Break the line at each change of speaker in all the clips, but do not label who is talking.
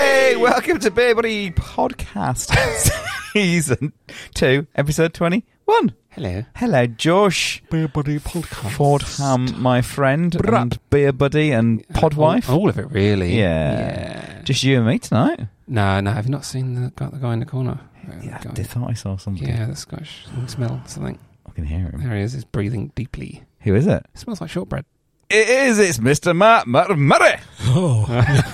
Welcome to Beer Buddy Podcast, Season 2, Episode 21.
Hello.
Hello, Josh.
Beer Buddy Podcast.
Fordham, my friend, and Beer Buddy and
Uh, oh,
Podwife.
Uh, All, all of it, really.
Yeah.
Yeah.
Just you and me tonight.
Oh,
No, no, have you not seen the guy, the guy in the corner? Uh,
Yeah,
the
I
guy-
did thought I saw something.
yeah, the Scottish smell something.
I can hear him.
There he is. He's breathing deeply.
Who is it?
It smells like shortbread.
It is. It's Mr. Matt Mur- Murray.
Oh,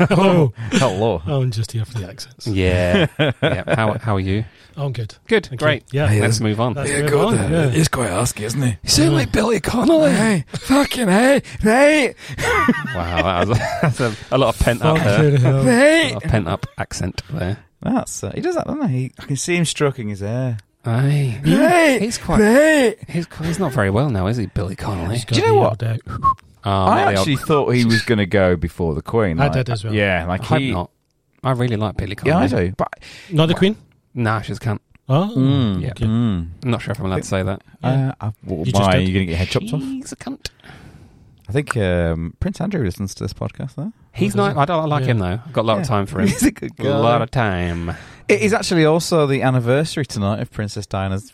hello.
Hello.
I'm just here for the accents.
Yeah. yeah. How, how are you?
I'm good.
Good.
Thank
Great.
you. Yeah.
Hey,
Let's
that's-
move on.
that's
Yeah,
very
good.
long,
uh,
yeah.
He's quite husky, isn't he?
You sound like Billy Connolly.
Hey, fucking hey, hey,
Wow, that was, that's a, a lot of pent up
Fuck
there.
it, hell.
A
hey.
lot of pent up accent there.
That's. Uh, he does that, doesn't he? I can see him stroking his hair.
Aye.
Hey,
He's quite-
Hey,
He's, he's not very well now, is he, Billy Connolly?
Just
Do you
got
know
the
what?
old out.
Oh,
I
the old-
actually thought he was going to go before the Queen.
I
like-
did as well.
Yeah,
I
like
hope
he.
not. I really like Billy Connolly.
Yeah, I do. But
Not the Queen?
Nah, she's can't.
Oh,
Mm,
yeah.
okay.
mm.
I'm not sure if I'm allowed to say that.
Yeah.
Uh, I, well,
You just
why are
did.
you going to get your head chopped off?
He's a cunt.
I think um, Prince Andrew listens to this podcast. Though
He's not. I don't like
Yeah.
him though. I've got a lot of
Yeah.
time for him.
he's a good
a
guy.
lot of time.
it is actually also the anniversary tonight of Princess Diana's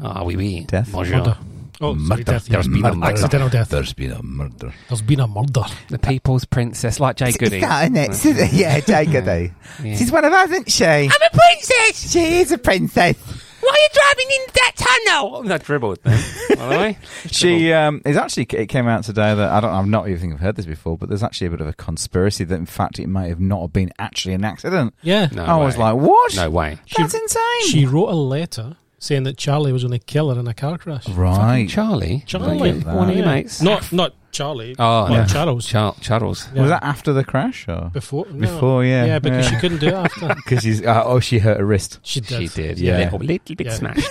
Ah, oui, oui.
Death.
Bonjour.
Murder. Oh, sorry,
Murder.
death.
There's been a
Accidental
murder.
Accidental death.
There's been a murder.
There's been a murder.
The people's princess, like Jay Goody.
yeah, Jay
Goody.
She's one of us, isn't she? I'm a princess. She is a princess.
Why are you driving in that tunnel? That dribbled then. By the way,
She um, is actually. It came out today that I don't. I'm not even think I've heard this before, but there's actually a bit of a conspiracy that in fact it might have not have been actually an accident.
Yeah.
No
I was
way.
like, what?
no way.
That's insane.
She wrote a letter saying that Charlie was going to kill her in a car crash.
right.
Charlie.
Charlie.
Look at
One of your
Yeah.
mates.
Not, not Charlie.
Oh,
but
no.
Charles.
Char- Charles.
Yeah.
Was that after the crash or
before? no.
before? Yeah.
Yeah, because she couldn't do it after.
Because she's uh, oh she hurt her wrist.
She did.
She did.
Yeah.
Yeah. A little, little bit
Yeah.
smashed.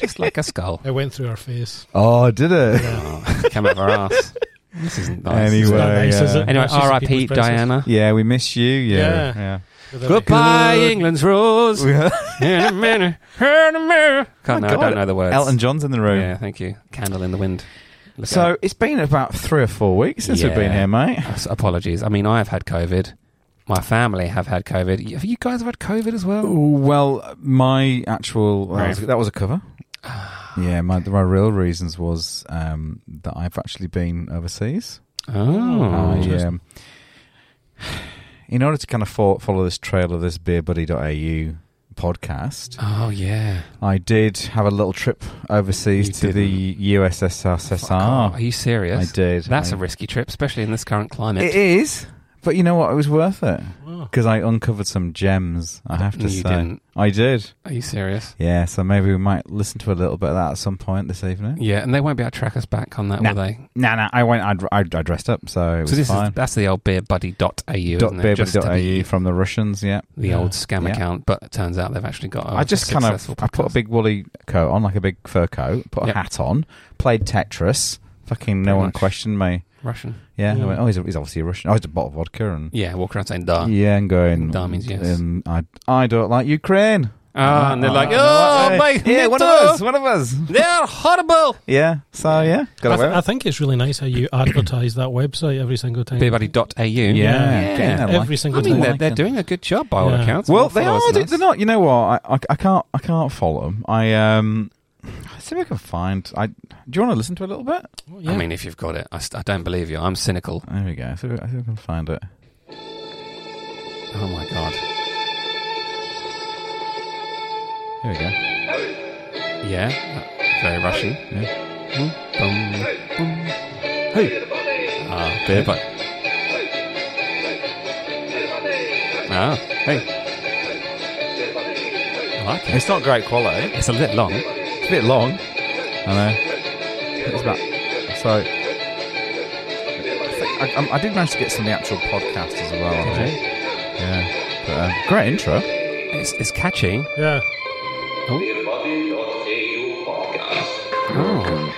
Just like a skull.
It went through her face.
Oh, did it?
Oh, come out of her ass. This isn't nice.
It's
Anyway,
not nice,
yeah.
is it?
Anyway,
She's a
R.I.P.
people's princess.
Diana.
Yeah, we miss you. Yeah,
Yeah.
yeah.
With a
Goodbye,
good-
England's rose. in a minute, in a minute. Can't know,
My
I
God,
don't know the words.
Elton John's in the room.
Yeah, thank you. Candle in the wind. Look
So
out.
it's been about three or four weeks since we've
Yeah.
been here, mate.
S- apologies. I mean, I have had COVID. My family have had COVID. Y- Have you guys had COVID as well?
Well, my actual that, was,
Right. Ah.
that was a cover. yeah, my my real reasons was um, that I've actually been overseas.
Oh,
I,
interesting.
um, in order to kind of fo- follow this trail of this beerbuddy.au podcast,
oh yeah.
I did have a little trip overseas
You
to the
Fuck off.
USSRSR.
Are you serious?
I did.
That's
I-
a risky trip, especially in this current
It
climate.
is, but you know what? It was worth it
Wow.
because I uncovered some gems. I have to
you
say,
didn't.
I did.
Are you serious?
Yeah, so maybe we might listen to a little bit of that at some point this evening.
Yeah, and they won't be able to track us back on that,
No.
will they?
Nah, nah, I went. I, I, I dressed up, so it was
so this
fine.
is that's the old beerbuddy.au,
Dot
isn't it?
beerbuddy
Just to
dot
be
AU E from the Russians. Yeah,
the
Yeah.
old scam
Yeah.
account, but it turns out they've actually got. a
I just kind of
Oh, successful
I put a
podcast.
big woolly coat on, like a big fur coat. Put a
Yep.
hat on. Played Tetris. Fucking no
Pretty
one
much.
questioned me.
Russian.
Yeah, I
Yeah.
went, oh, he's, he's obviously a Russian. I had a bottle of vodka and
Yeah, walk around saying da.
yeah, and going.
That means yes.
um, I I don't like Ukraine.
Ah, and they're like,
I-
oh,
I-
my
yeah, one of
NATO,
us, one of us.
They're horrible.
Yeah, so yeah,
I,
got away.
th- I think it's really nice how you advertise that website every single time.
Beerbuddy.au.
with it.
Yeah.
yeah,
Yeah.
getting there,
Every
like-
single
I mean,
time.
they're,
like
they're
it.
doing a good job by all
Yeah.
accounts.
Well,
More
they
followers
are.
than
They,
us.
they're not. You know what? I, I, I can't. I can't follow them. I um. I think I can find. I do you want to listen to a little bit?
Oh, yeah.
I mean, if you've got it, I, st- I don't believe you. I'm cynical.
There we go. I think I think I can find it.
Oh my god.
Here we go.
Yeah, very Russian. Mm, bum, bum. Hey, ah, beer butt. Ah, hey. I like it.
It's not great quality.
It's a bit long.
It's a bit long. I know. It's about so. I, think I, um, I did manage to get some of the actual podcast as well. I think.
Okay.
Yeah. But, uh, great intro.
It's it's catchy.
yeah.
Oh,
Welcome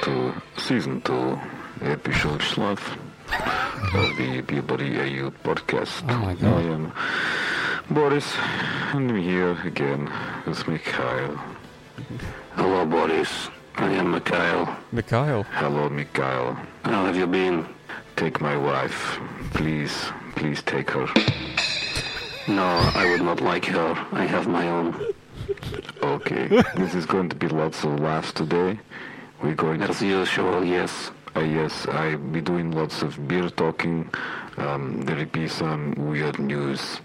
to season two, official Slav of the Peabody AU podcast.
Oh my
I
God.
am Boris, and I'm here again with Mikhail. Hello, Boris. I am Mikhail.
Mikhail.
Hello, Mikhail. How have you been? Take my wife. Please, please take her. No, I would not like her. I have my own. Okay, this is going to be lots of laughs today. We're going As usual, yes. Uh, yes, I'll be doing lots of beer talking. Um, there'll be some weird news.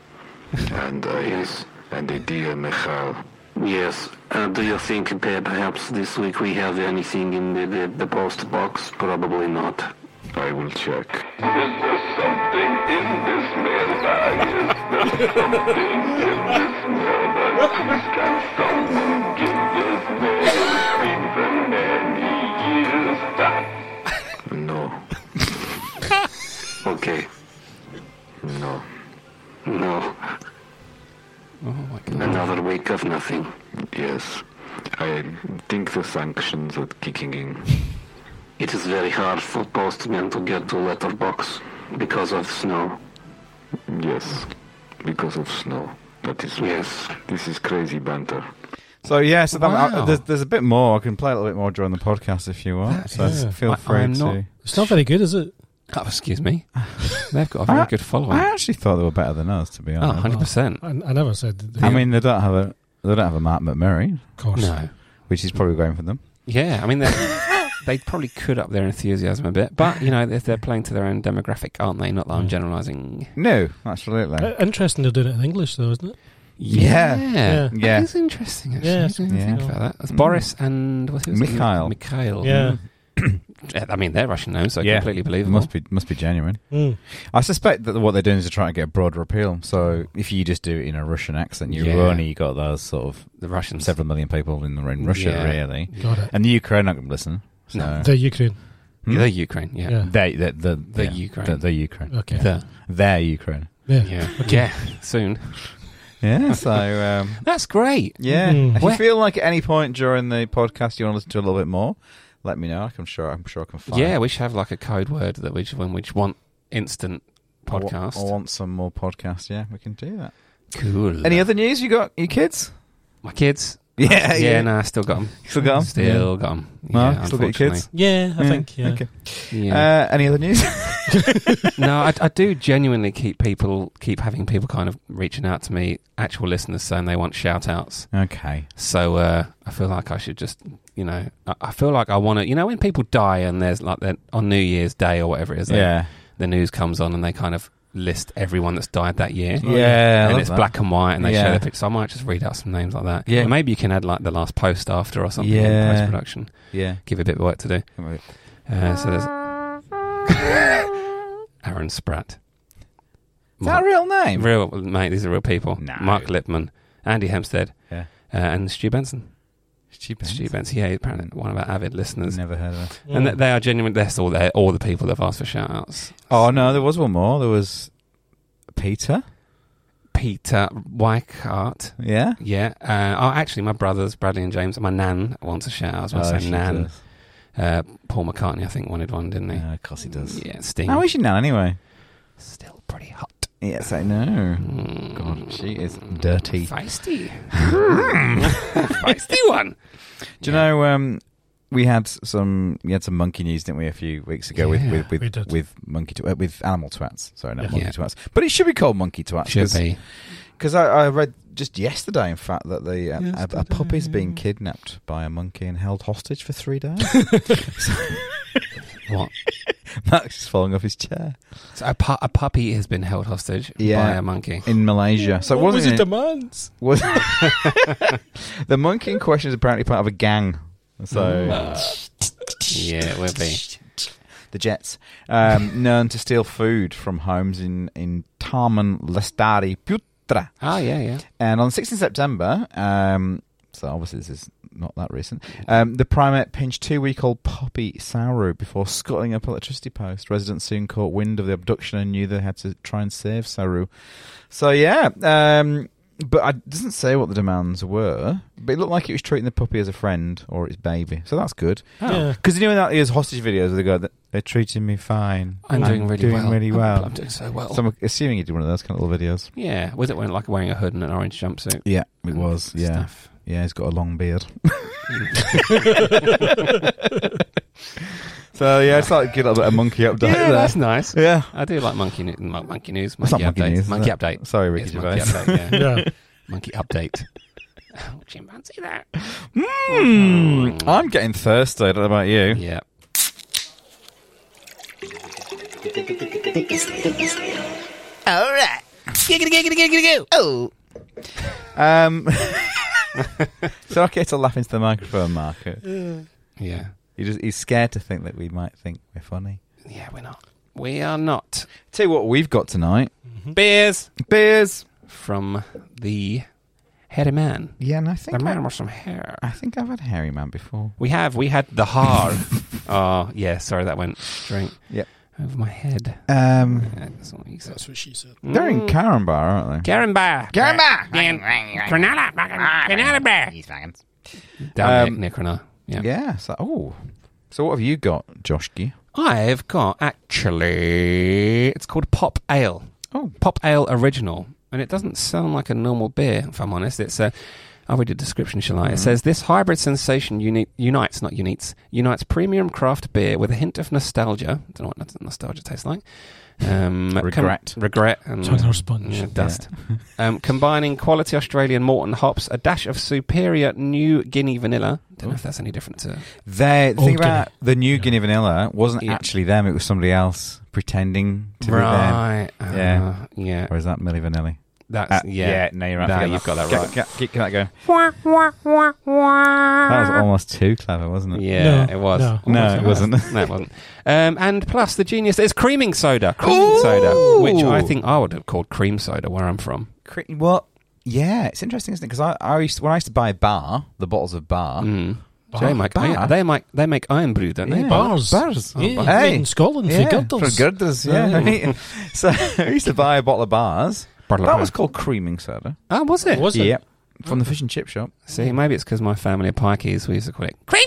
And uh, yes, and a dear Michal. Yes. Uh, do you think that perhaps this week we have anything in the, the, the post box? Probably not. I will check.
Is there something in this mailbag? Is there something in this mailbag? Please can someone give this mail been for many years back?
No. okay. No. No.
Oh my god.
Another week of nothing. Yes. I think the sanctions are kicking in. It is very hard for postmen to get to letterbox because of snow. Yes. Because of snow. That is yes. This is crazy banter.
So yeah, so that,
Wow.
I- there's, there's a bit more. I can play a little bit more during the podcast if you want. So
is-
feel
I-
free
I'm
to.
not-
It's not very good, is it?
Oh, excuse me. They've got a very good following.
I actually thought they were better than us, to be
Oh,
honest.
100%.
I, I never said that. they-
I mean, they don't have a they don't have a Mark McMurray,
of course.
Um, No.
which is probably going for them.
Yeah, I mean, they- they probably could up their enthusiasm a bit, but, you know, if they're playing to their own demographic, aren't they? Not that I'm generalising.
No, absolutely.
Uh, Interesting they're doing it in English, though, isn't it?
Yeah.
Yeah.
Yeah.
It is interesting, actually.
Yeah,
I
it's
didn't think
Yeah.
about that. It's
Mm.
Boris and what's his name?
Mikhail.
Mikhail.
Yeah.
Yeah, I mean, they're Russian names, so
Yeah.
completely
It
believable.
must be must be genuine.
Mm.
I suspect that what they're doing is to try to get a broader appeal. So if you just do it in a Russian accent, you've
Yeah.
only got those sort of
The Russians.
several million people in, in Russia,
Yeah.
really.
Got it.
And the Ukraine not going to listen. So
No.
The Ukraine.
Hmm?
The Ukraine, yeah.
Yeah.
they, the, the,
The Ukraine. Uh.
the, the Ukraine,
Okay.
The.
their Ukraine.
Yeah.
Yeah. yeah. Soon.
Yeah. So um,
That's great.
yeah,
Mm.
if you
Hmm. Where-
feel like at any point during the podcast you want to listen to a little bit more, let me know. I'm sure I'm sure I can find.
Yeah, we should have like a code word that we should, when we just want instant
I wa-
podcast.
I, want some more podcasts. Yeah, we can do that.
cool.
Any other news you got? Your kids?
My kids.
Yeah,
yeah, no, I still got them.
Still got 'em?
Still got 'em.
No,
Yeah,
still got your kids.
Yeah, I
Yeah, Mm.
think. Yeah.
Okay.
unfortunately.
Uh,
Yeah.
any other news?
no, I, I do genuinely keep people keep having people kind of reaching out to me, actual listeners saying they want shout outs.
okay.
So uh, I feel like I should just, you know, I, I feel like I want to, you know, when people die and there's like that on New Year's Day or whatever it is, they-
Yeah.
the news comes on and they kind of list everyone that's died that year.
Yeah. I
and
love
it's
that.
black and white, and they
Yeah.
show the picture. So I might just read out some names like that.
Yeah.
Or maybe you can add like the last post after or something in
Yeah.
post production.
Yeah.
Give it a bit of work to do.
Come on.
Uh, so there's Aaron Spratt.
Is that a real name?
Real mate, these are real people.
No.
Mark Lipman, Andy Hempstead,
Yeah.
uh, and Stu Benson. Stu Benson, yeah, apparently
Mm.
one of our avid listeners,
Never heard of
Mm.
it.
and th- they are genuine. That's all. They're all the people that've asked for shout outs.
Oh no, there was one more. There was Peter.
Peter Weichart.
Yeah.
Yeah. Uh, oh, actually, my brothers Bradley and James, my nan wants a shout out as well.
Oh,
so
she
nan,
does.
uh, Paul McCartney, I think wanted one, didn't he?
Yeah, of course he does.
Yeah, Sting.
How is she nan anyway?
Still pretty hot.
Yes, I know.
Mm.
God, she is dirty.
Feisty. Feisty one.
Do you know? Um, we had some we had some monkey news, didn't we, a few weeks ago
Yeah,
with with
we
with,
did.
with monkey tw- uh, with animal twats. Sorry, not
Yeah.
monkey
Yeah.
twats, but it should be called monkey twats.
Should be.
because I, I read just yesterday, in fact, that the uh, a, a
Yesterday.
puppy's been kidnapped by a monkey and held hostage for three days.
What?
Max is falling off his chair
So a, pu- a puppy has been held hostage
Yeah.
by a monkey.
in Malaysia. So it
what was
wasn't
his
in-
demands?
was the monkey in question is apparently part of a gang. So.
Ah. Yeah, it would be.
the Jets, um, known to steal food from homes in, in Tarman Lestari Putra.
Oh, yeah, yeah.
And on 16 September, um, so obviously this is not that recent, um, the primate pinched two week old puppy Sauru before scuttling up electricity post. Residents soon caught wind of the abduction and knew they had to try and save Saru. So, yeah. Um, but I- it doesn't say what the demands were, but it looked like it was treating the puppy as a friend or its baby. So that's good.
Oh.
Yeah.
Because you know that those hostage videos where they go, they're treating me fine.
I'm, doing really well.
really
I'm-
well.
I'm, doing so well.
So I'm assuming you did one of those kind of little videos.
yeah. Was it when like wearing a hood and an orange jumpsuit?
Yeah,
and
Yeah,
Stuff?
yeah. He's got a long beard. So yeah, it's like a good little bit of monkey update
yeah,
there.
that's nice.
yeah.
I do like monkey news. Monkey news.
That's
Monkey
not monkey
update.
news, is
monkey
it?
update.
Sorry, Ricky
It's
Gervais.
monkey update. Yeah.
Yeah.
monkey update. Oh, chimpanzee there.
Hmm. I'm getting thirsty. I don't know about you.
Yeah.
All right. Giggity, giggity, giggity, go. Oh.
Um, it's okay to laugh into the microphone, Marcus.
Yeah.
He just, he's scared to think that we might think we're funny.
Yeah, we're not. We are not.
Tell you what we've got tonight.
Beers
Beers.
from the hairy man.
Yeah, and I
The
think
man
I,
with some hair.
I think I've had Hairy Man before.
We have. We had the har. oh, yeah. Sorry, that went straight
Yep.
over my head.
Um,
Yeah, that's not what you said.
That's what she said.
they're in Caranbar, aren't they?
Caranbar.
Grandma!
Dan- Cronulla, fucking Cronulla bear.
These fuckins.
Down
Um,
near, near Cronulla. Yeah.
Yeah. So, oh, so what have you got, Joshki?
I've got actually. It's called Pop Ale.
Oh.
Pop Ale Original, and it doesn't sound like a normal beer. If I'm honest, it's a. I'll read the description, shall I?
Mm-hmm.
It says this hybrid sensation uni- unites, not unites, unites premium craft beer with a hint of nostalgia. I don't know what nostalgia tastes like. Um, com-
Regret.
regret, and
Chugging our sponge.
yeah, dust. um, combining quality Australian malt and hops, a dash of superior New Guinea vanilla. Don't know if that's any different to
They
Old
think about the New Guinea Vanilla wasn't
Yeah.
actually them; it was somebody else pretending to
right.
be them. Yeah.
Uh, yeah.
Or is that Millie Vanilli?
That's
Uh,
yeah.
no, you're right.
No,
forget
you've got that
Get-
right.
Get, keep that going. That was almost too clever, wasn't it?
Ah. Yeah,
No,
it was.
no.
No,
Almost
it wasn't.
was. no, it wasn't. Um, and plus, the genius is creaming soda. Creaming soda, which I think I would have called cream soda where I'm from.
Cre- Well, yeah, it's interesting, isn't it? Because I, I used when I used to buy bar, the bottles of bar.
Mm. They make
bar?
they make they make iron brew, don't they?
Yeah.
Bar-
Bars.
Bars.
Yeah,
Oh, hey.
in Scotland
Yeah,
for girdles.
for girdles, yeah. so I used to buy a bottle of bars.
Bottle of
that
bar.
was called creaming soda.
Oh, was it?
Was it?
Yep. From the fish and chip shop.
See, maybe it's because my family are pikeys. We used to call it. Cream.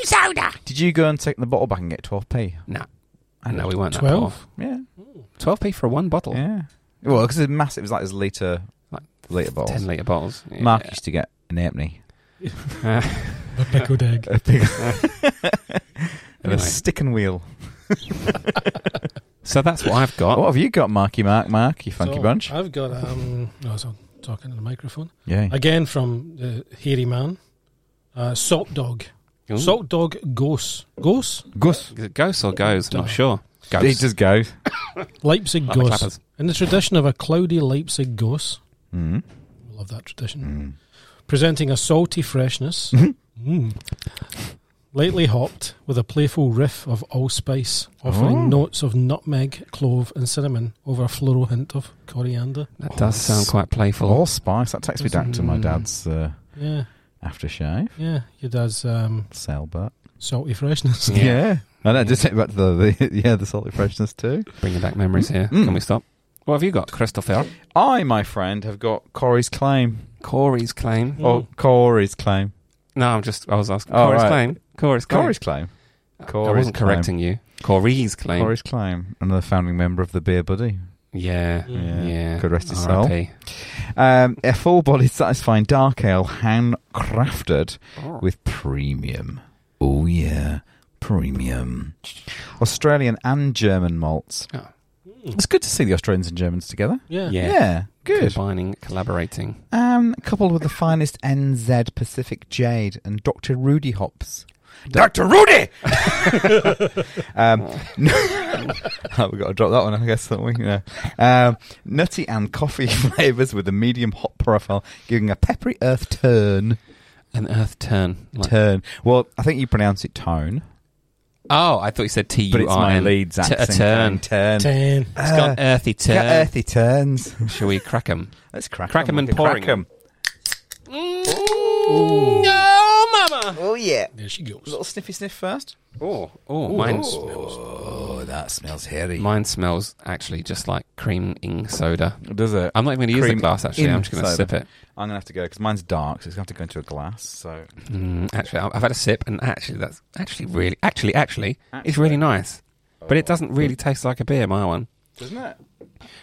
Did you go and take the bottle back and get 12p?
No, no, we weren't that
12?
off.
Yeah.
Twelve p for one bottle,
Yeah. Well, because it's massive. It was like this litre,
Like
litre bottles.
ten liter bottles. Yeah.
Mark used to get an empty.
The pickled egg.
And a
Anyway.
stick and wheel.
So that's what I've got.
What have you got, Marky Mark Mark, you funky
So,
bunch?
I've got, um, no, so I'm talking to the microphone.
Yeah.
Again from the hairy man. Uh, salt dog.
Ooh.
Salt dog goes. Goes?
Gus.
Is it ghosts or goes? I'm not
Don't.
sure.
He
Ghosts.
just goes.
Leipzig
Like the
goes.
clappers.
In the tradition of a cloudy Leipzig goes.
Mm.
Love that tradition. Presenting a salty freshness. Mm. Lightly hopped with a playful riff of allspice, offering
Oh.
notes of nutmeg, clove, and cinnamon over a floral hint of coriander.
That does sound quite playful.
All spice. That takes me back to my
Mm.
dad's uh,
Yeah,
aftershave.
yeah. Your dad's um,
Sell but
salty freshness.
Yeah.
I know, just take back to the, the yeah, the salty freshness too.
Bringing back memories here.
Mm.
Can we stop? What have you got, Christopher?
I, my friend, have got Corey's claim.
Corey's claim.
Oh, Corey's claim.
No, I'm just. I was asking.
Oh,
Corey's
right.
claim. Corey's claim.
Corey's claim.
I
Corey's
wasn't
claim.
correcting you. Corey's claim.
Corey's claim. Another founding member of the Beer Buddy.
Yeah.
Yeah.
Yeah.
Could rest his soul.
R.I.P.
Um, a full-bodied, satisfying dark ale, handcrafted
Oh.
with premium. Oh yeah, premium. Australian and German malts.
Oh.
It's good to see the Australians and Germans together.
Yeah.
Yeah.
Yeah, good.
Combining, collaborating.
Um, coupled with the finest NZ Pacific Jade and Dr. Rudy hops.
Dr. Rudy!
Um, oh, we've got to drop that one, I guess, don't we? Yeah. Um, nutty and coffee flavours with a medium hop profile, giving a peppery earth turn.
An earth turn. Like-
Turn. Well, I think you pronounce it tone,
Oh, I thought you said T
but
U
it's
R
my
N.
Leeds
T- A
accent. Uh,
turn.
Turn.
Ten.
It's got an earthy
Get
turn.
earthy turns.
Shall we crack 'em?
Let's crack
Crack 'em
them.
and pouring 'em. Oh, mama.
Oh yeah.
There she goes.
Little sniffy sniff first.
Oh, oh, mine's.
Oh, that smells hairy.
Mine smells actually just like creaming soda.
Does it?
I'm not even going to use the
Cream
glass actually. I'm
in
just going to
soda.
sip it.
I'm gonna have to go because mine's dark, so it's gonna have to go into a glass. So
Mm, actually, I- I've had a sip, and actually, that's actually really, actually, actually, it's really nice. But it doesn't really taste like a beer. My one.
doesn't it?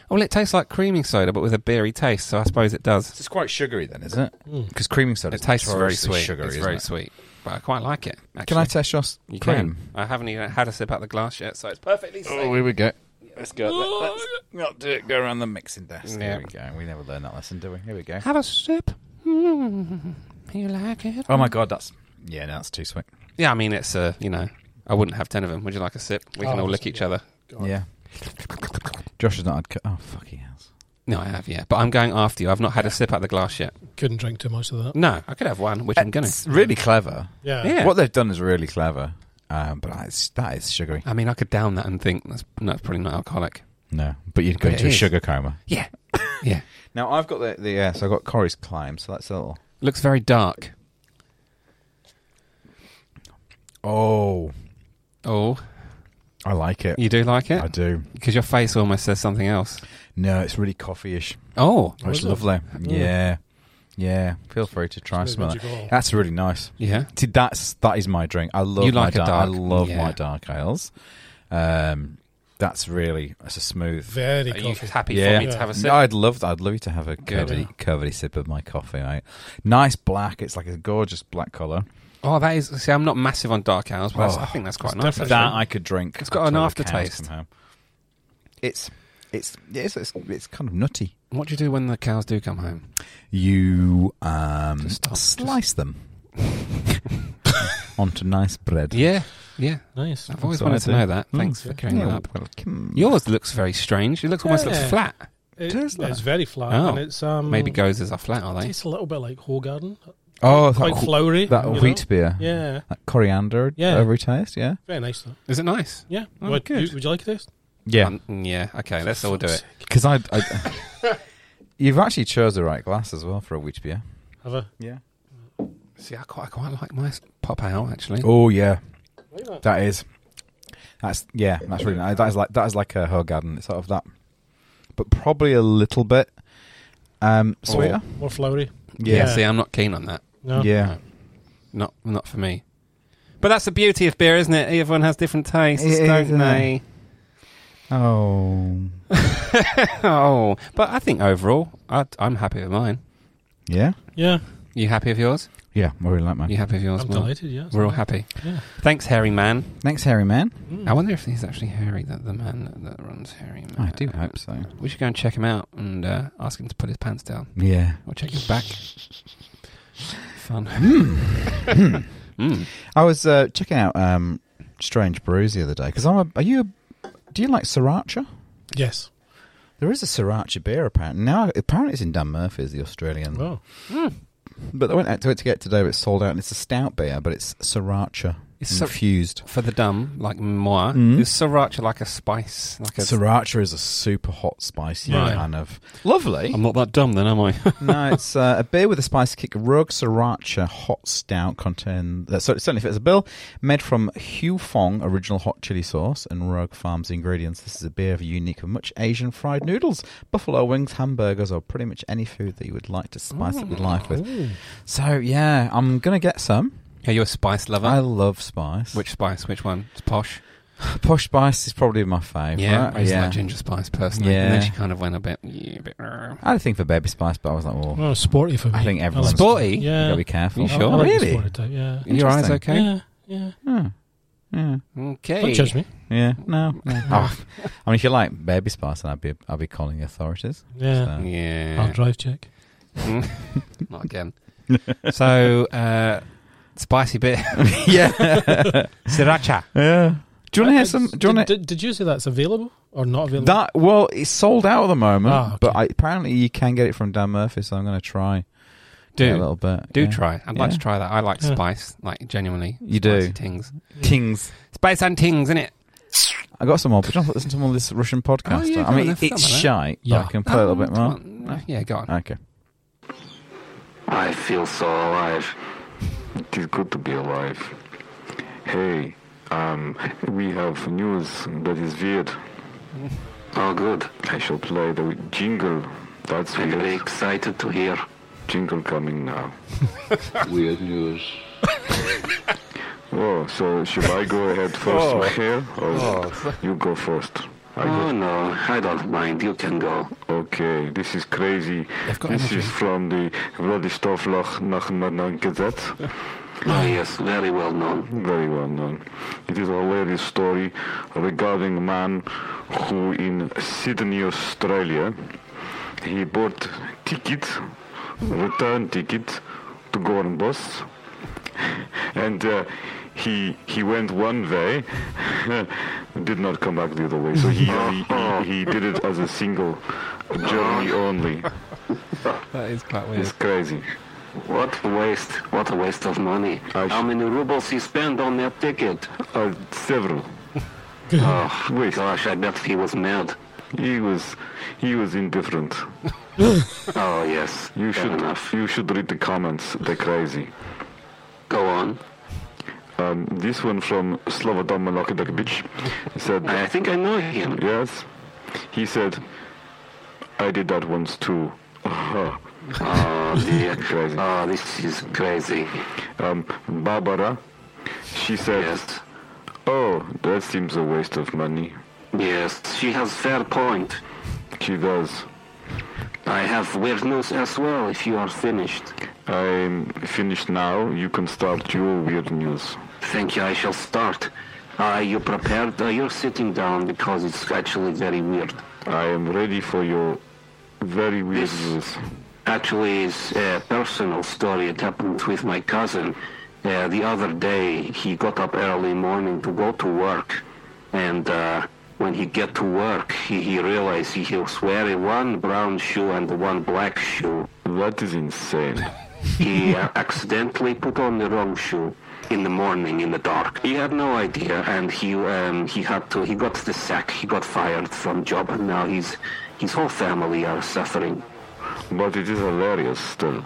Well, it tastes like creaming soda, but with a beery taste, so I suppose it does.
It's quite sugary then, isn't it? Because creaming soda
It tastes very
notoriously
sweet.
Sugary,
it's
isn't
very
it?
sweet, but I quite like it.
Can I
actually.
test your s-
You
cream?
can. I haven't even had a sip out of the glass yet, so it's perfectly safe.
Oh, here we go. Let's go. Let, us not do it. Go around the mixing desk.
Yeah.
Here we go. We never learn that lesson, do we? Here we go.
Have a sip. Mm. You like it?
Oh my god, that's yeah. No, that's too sweet.
Yeah, I mean it's uh, you know, I wouldn't have ten of them. Would you like a sip? We can
Oh,
all lick each other.
Yeah. Josh has not had. Co- oh fuck, he has.
No, I have, yeah, but I'm going after you. I've not had a sip out of the glass yet.
Couldn't drink too much of that.
No, I could have one, which I'm gonna.
It's really clever.
Yeah.
Yeah.
What they've done is really clever. Um, but it's, that is sugary.
I mean, I could down that and think that's no, it's probably not alcoholic.
No, but you'd go
But it
into a
is.
sugar coma.
Yeah, yeah.
Now I've got the the yeah. So I've got Corey's climb. So that's a little.
Looks very dark.
Oh,
Oh,
I like it.
you do like
I
it
do.
because your face almost says something else.
No, it's really coffee-ish.
Oh,
Oh, it's
is it?
lovely. Yeah, yeah. Feel free to try and
It's
smell
maybe
it.
magic oil.
That's really nice.
yeah.
See, that's that is my drink. I love
You
my
like a
dark. I
dark,
love
yeah.
my dark ales. Um, that's really that's a smooth.
Very
Are you
coffee.
happy
Yeah.
for me to have a sip?
No, I'd love I'd love you to have a
Good.
curvy, curvy sip of my coffee. Right? Nice black. It's like a gorgeous black color.
Oh, that is. See, I'm not massive on dark ales, but that's-
Oh,
I think that's quite
it's
nice.
different.
actually.
That I could drink.
It's got an
until the cows
aftertaste.
come home. It's it's it's it's, it's kind of nutty.
What do you do when the cows do come home?
You um,
Just stop,
slice them onto nice bread.
Yeah, yeah.
Nice.
I've always
what I
wanted to
do. Hmm.
know that. Thanks for carrying that
Yeah,
up.
welcome.
Yours looks very strange. It looks almost looks
Yeah.
flat.
It-
Tesla.
it's very flat,
Oh.
and it's um
Mm.
Maybe Gozes are flat, are they?
tastes a little bit like Hogarden,
Oh,
quite
that,
flowery.
that
you know?
wheat beer.
Yeah,
That coriander
Yeah.
every taste, yeah?
very nice though.
Is it nice?
Yeah,
Oh,
would,
good.
You, would you like this?
Yeah.
Um, yeah. Okay, let's all do it.
Because I, I you've actually chose the right glass as well for a wheat beer.
Have a
Yeah.
See, I quite, I quite like my s- pop ale actually.
Oh yeah,
like that.
that is. That's yeah, that's really nice. That is like that is like a Hogarden. It's sort of that, but probably a little bit um
Oh.
sweeter.
more flowery.
Yeah.
yeah.
See, I'm not keen on that.
No.
yeah.
Not, not for me. But that's the beauty of beer, isn't it? Everyone has different tastes,
It is,
don't
isn't
they?
Oh.
Oh, but I think overall, I, I'm happy with mine.
Yeah.
yeah.
You happy with yours?
Yeah, I really like mine.
You happy with yours?
I'm
Will?
delighted. Yeah,
We're all happy.
Yeah. Mm.
Thanks, Hairy Man.
Next, hairy man.
I wonder if he's actually Harry, that the man that, that runs Harry Man.
Hmm. I do hope so.
We should go and check him out and uh, ask him to put his pants down
Yeah.
or check his back. Fun.
Hmm.
Mm.
I was uh, checking out um, Strange Brews the other day because I'm a. Are you? a- do you like sriracha?
yes.
There is a sriracha beer apparently now. Apparently, it's in Dan Murphy's, the Australian.
Oh,
But I went out to it to get today, but it's sold out, and it's a stout beer, but it's sriracha
It's sir-
infused.
For the dumb, like moi,
Mm.
is sriracha like a spice? Like a.
sriracha is a super hot, spicy
Right.
kind of lovely.
I'm not that dumb then, am I?
no, it's uh, a beer with a spicy kick. Rogue Sriracha Hot Stout contain. Uh, so it certainly fits a bill. Made from Hugh Fong original hot chili sauce and Rogue Farms ingredients. This is a beer of unique and much Asian fried noodles, buffalo wings, hamburgers, or pretty much any food that you would like to spice up your life with.
Oh.
So yeah, I'm gonna get some.
yeah, you're a spice lover.
I love spice.
Which spice? Which one? It's posh.
posh spice is probably my favourite.
Yeah, I used to
yeah.
like ginger spice personally. And then
Yeah.
she kind of went a bit. Yeah, a bit uh,
I had a thing for baby spice, but I was like, well,
well, Oh, sporty for me.
I think
like
everyone's
sporty.
it.
you
Yeah.
gotta be careful. Oh,
You
I- I
sure?
like the
Really?
sporty type, Yeah.
Your eyes
Interesting.
okay?
Yeah. Yeah.
Oh, yeah.
Okay.
Don't judge me.
Yeah, no. no. Oh, I mean, if you like baby spice, then I'd be I'd be calling the authorities.
Yeah.
So.
Yeah.
Hard drive check.
Not again. so, uh, spicy bit.
yeah,
Sriracha.
yeah. Do you want to hear some? Do you want to?
Uh, did, did, did you say that's available or not available?
That well, it's sold out at the moment,
Ah, okay.
but I, apparently you can get it from Dan Murphy. So I'm going to try a
Do.
little bit.
Do
yeah.
try. I'd like
Yeah.
to try that. I like
Yeah.
spice, like genuinely.
You
spicy
do.
Tings.
Kings.
Spice and tings, innit?
I got some more. But you want to listen to all this Russian podcast?
Oh, yeah,
I
go on,
mean,
I
it's
forgot about that.
shite. Yeah,
Yeah.
Oh, I can play a little bit more.
Yeah, go Oh, on.
Okay.
I feel so alive. It is good to be alive. Hey, um, we have news that is weird.
Oh, good.
I shall play the jingle. That's
I'm very
weird.
excited to hear.
Jingle coming now.
Weird news.
Oh, so should I go ahead first here, or you go first? I
Oh
got,
no, I don't mind. You can go.
okay, this is crazy.
got
This
energy.
is from the Vladislavlach Nachmanan Gazette.
Oh yes, very well known.
Very well known. It is a hilarious story regarding a man who in Sydney, Australia, he bought ticket, return ticket to go on bus, and uh, he he went one way, did not come back the other way. So he he, he, he did it as a single journey only.
That is quite weird.
It's crazy.
What a waste! What a waste of money!
I
How
sh-
many rubles he spent on that ticket?
Uh, several.
Oh
Waste.
gosh, I bet he was mad.
He was he was indifferent.
Oh yes,
You
fair
should
enough.
you should read the comments. They're crazy.
Go on.
Um, this one from Slobodan Milokovic said,
I think I know him.
"Yes." He said, "I did that once too."
Oh dear.
Crazy.
Oh, this is crazy.
Um, Barbara, she said,
Yes.
"Oh, that seems a waste of money."
Yes, she has fair point.
She does.
I have weird news as well if you are finished.
I'm finished now. You can start your weird news.
Thank you, I shall start. Are you prepared? Uh, you're sitting down because it's actually very weird.
I am ready for your very weird
This-
news.
Actually, it's a personal story. It happened with my cousin. Uh, the other day, he got up early morning to go to work, and uh, when he get to work, he, he realized he was wearing one brown shoe and one black shoe.
That is insane.
He uh, accidentally put on the wrong shoe in the morning in the dark. He had no idea, and he um, he had to. He got the sack. He got fired from job, and now his his whole family are suffering.
But it is hilarious still.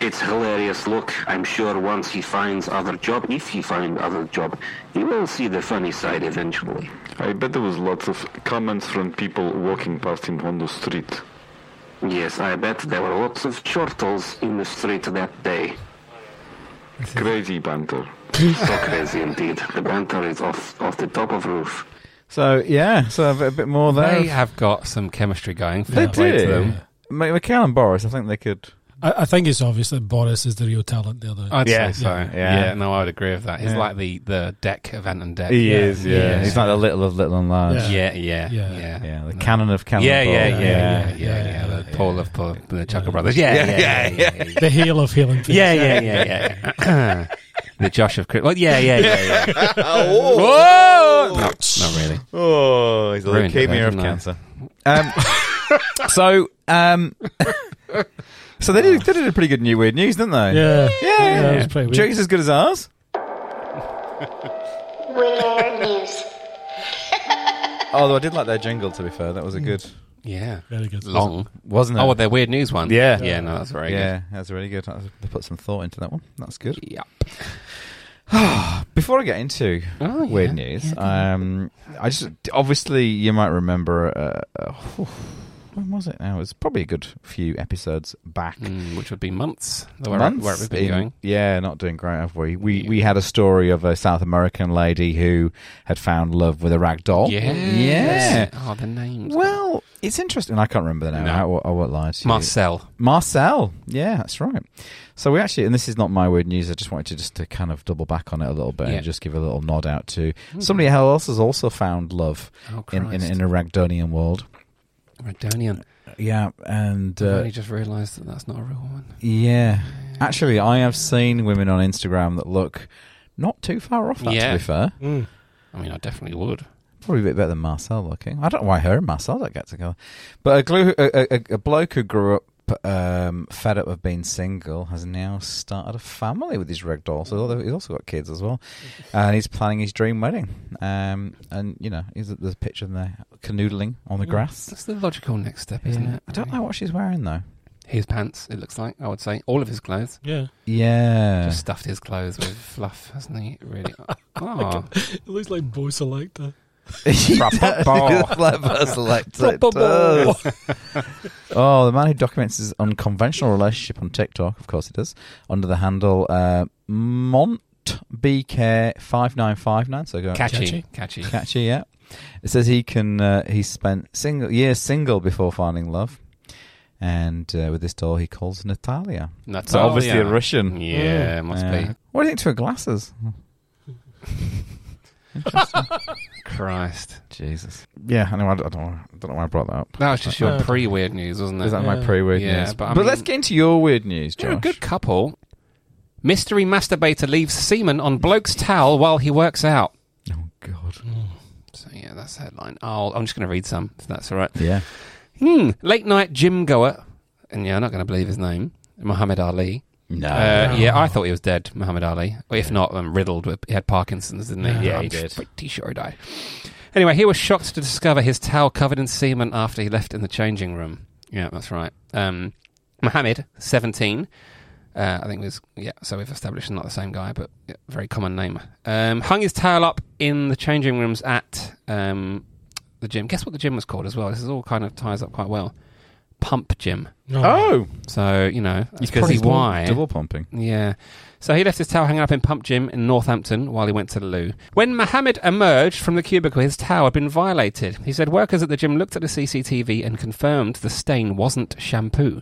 It's hilarious. Look, I'm sure once he finds other job, if he find other job, he will see the funny side eventually.
I bet there was lots of comments from people walking past him on the street.
Yes, I bet there were lots of chortles in the street that day.
Crazy banter.
So crazy indeed. The banter is off off the top of roof.
So yeah, so a bit more there.
They have got some chemistry going.
They
Fair play to
do.
them.
Mi- Mikhail and Boris, I think they could.
I, I think it's obvious that Boris is the real talent there, though.
I'd
Yeah.
say so. Yeah.
Yeah.
no, I would agree with that. He's
Yeah.
like the, the deck of Ant and Deck.
He is, yeah.
Yeah.
He's like the little of little and large. Yeah,
Yeah,
Yeah.
yeah,
Yeah.
yeah.
yeah the cannon of cannon.
Yeah, yeah, yeah,
balls.
yeah, yeah,
Yeah.
yeah,
Yeah.
The Paul of Paul, the Chuckle Brothers. Yeah, yeah, yeah, yeah, yeah,
the hail of hailing and
yeah, yeah, yeah, yeah. the Josh of Crit. Well, yeah, yeah, yeah, yeah. Whoa! No, not really.
Oh, he's a
Ruined it
leukemia
there,
of
didn't I?
cancer. Um, so, um, so they did, they did a pretty good new weird news, didn't they?
Yeah.
yeah, yeah.
that was pretty weird.
Joke's as good as ours.
Weird news.
Although I did like their jingle. To be fair, that was a good,
Yeah,
Very good.
long.
wasn't it?
Oh, well, their weird news one.
Yeah.
yeah. No, that's very
yeah, that's really good. That's- They put some thought into that one. That's good.
good. Yeah.
Before I get into
Oh, yeah.
weird news, um, I just obviously you might remember. Uh, uh, whew, when was it? Now it was probably a good few episodes back.
Mm, which would be months. the way-
months
where we've been
in-
going.
Yeah, not doing great, have we? We we had a story of a South American lady who had found love with a rag doll.
Yeah.
Oh, yeah.
Oh, the names.
Well, it's interesting. I can't remember the name.
No.
I, won't- I won't lie to you.
Marcel.
Marcel. Yeah, that's right. So we actually, and this is not my weird news. I just wanted to just to kind of double back on it a little bit
Yeah.
and just give a little nod out to somebody else has also found love
Oh,
in, in
Christ.
in a Ragdonian world.
Radonian.
Yeah, and
I've
uh,
only just realised that that's not a real one.
yeah, actually, I have seen women on Instagram that look not too far off. That,
Yeah.
to be fair,
I mean, I definitely would.
probably a bit better than Marcel looking. I don't know why her and Marcel don't get together, but a, glue, a, a, a bloke who grew up. Um, fed up of being single, has now started a family with his rag doll. So although he's also got kids as well, and he's planning his dream wedding. Um, and you know, he's, there's a picture of them there canoodling on the grass.
That's the logical next step, isn't
Yeah.
it?
I don't know what she's wearing though.
His pants, it looks like, I would say. All of his clothes.
Yeah.
Yeah,
Just stuffed his clothes with fluff, hasn't he? Really? Oh,
It looks like Bo Selector.
Proper ball.
Proper Oh, the man who documents his unconventional relationship on TikTok, of course he does, under the handle uh, MontBK5959. So go
catchy. Catchy.
Catchy.
catchy, yeah. It says he can. Uh, he spent single years single before finding love, and uh, with this doll he calls Natalia.
That's
So obviously a Russian.
Oh, Yeah, must
Yeah.
be.
What do you think to her glasses?
Christ.
Jesus. Yeah, I know. I don't, I don't, I don't know why I brought that up.
That was just your
Uh,
pre weird news, wasn't it?
Is that my
Yeah.
pre-weird
Yeah,
news?
but
But,
I mean-
let's get into your weird news,
You're
Josh.
a good couple. Mystery masturbator leaves semen on bloke's towel while he works out.
Oh God.
So yeah, that's the headline. I'll, I'm just going to read some, if that's all right.
Yeah.
Hmm. Late night gym goer, and yeah, I'm not going to believe his name, Muhammad Ali.
No.
Uh, yeah, I thought he was dead, Muhammad Ali. Or if not, um, riddled with he had Parkinson's, didn't he?
Yeah,
I'm
he did.
Pretty sure he died. Anyway, he was shocked to discover his towel covered in semen after he left in the changing room. Yeah, that's right. Um, Muhammad, seventeen. Uh, I think it was yeah. So we've established not the same guy, but yeah, very common name. Um, hung his towel up in the changing rooms at um, the gym. Guess what the gym was called as well. This is all kind of ties up quite well. Pump gym.
No.
oh,
So you know that's
because
probably
he's
why
double pumping.
yeah. So he left his towel hanging up in Pump Gym in Northampton while he went to the loo. When Mohammed emerged from the cubicle, his towel had been violated. He said workers at the gym looked at the CCTV and confirmed the stain wasn't shampoo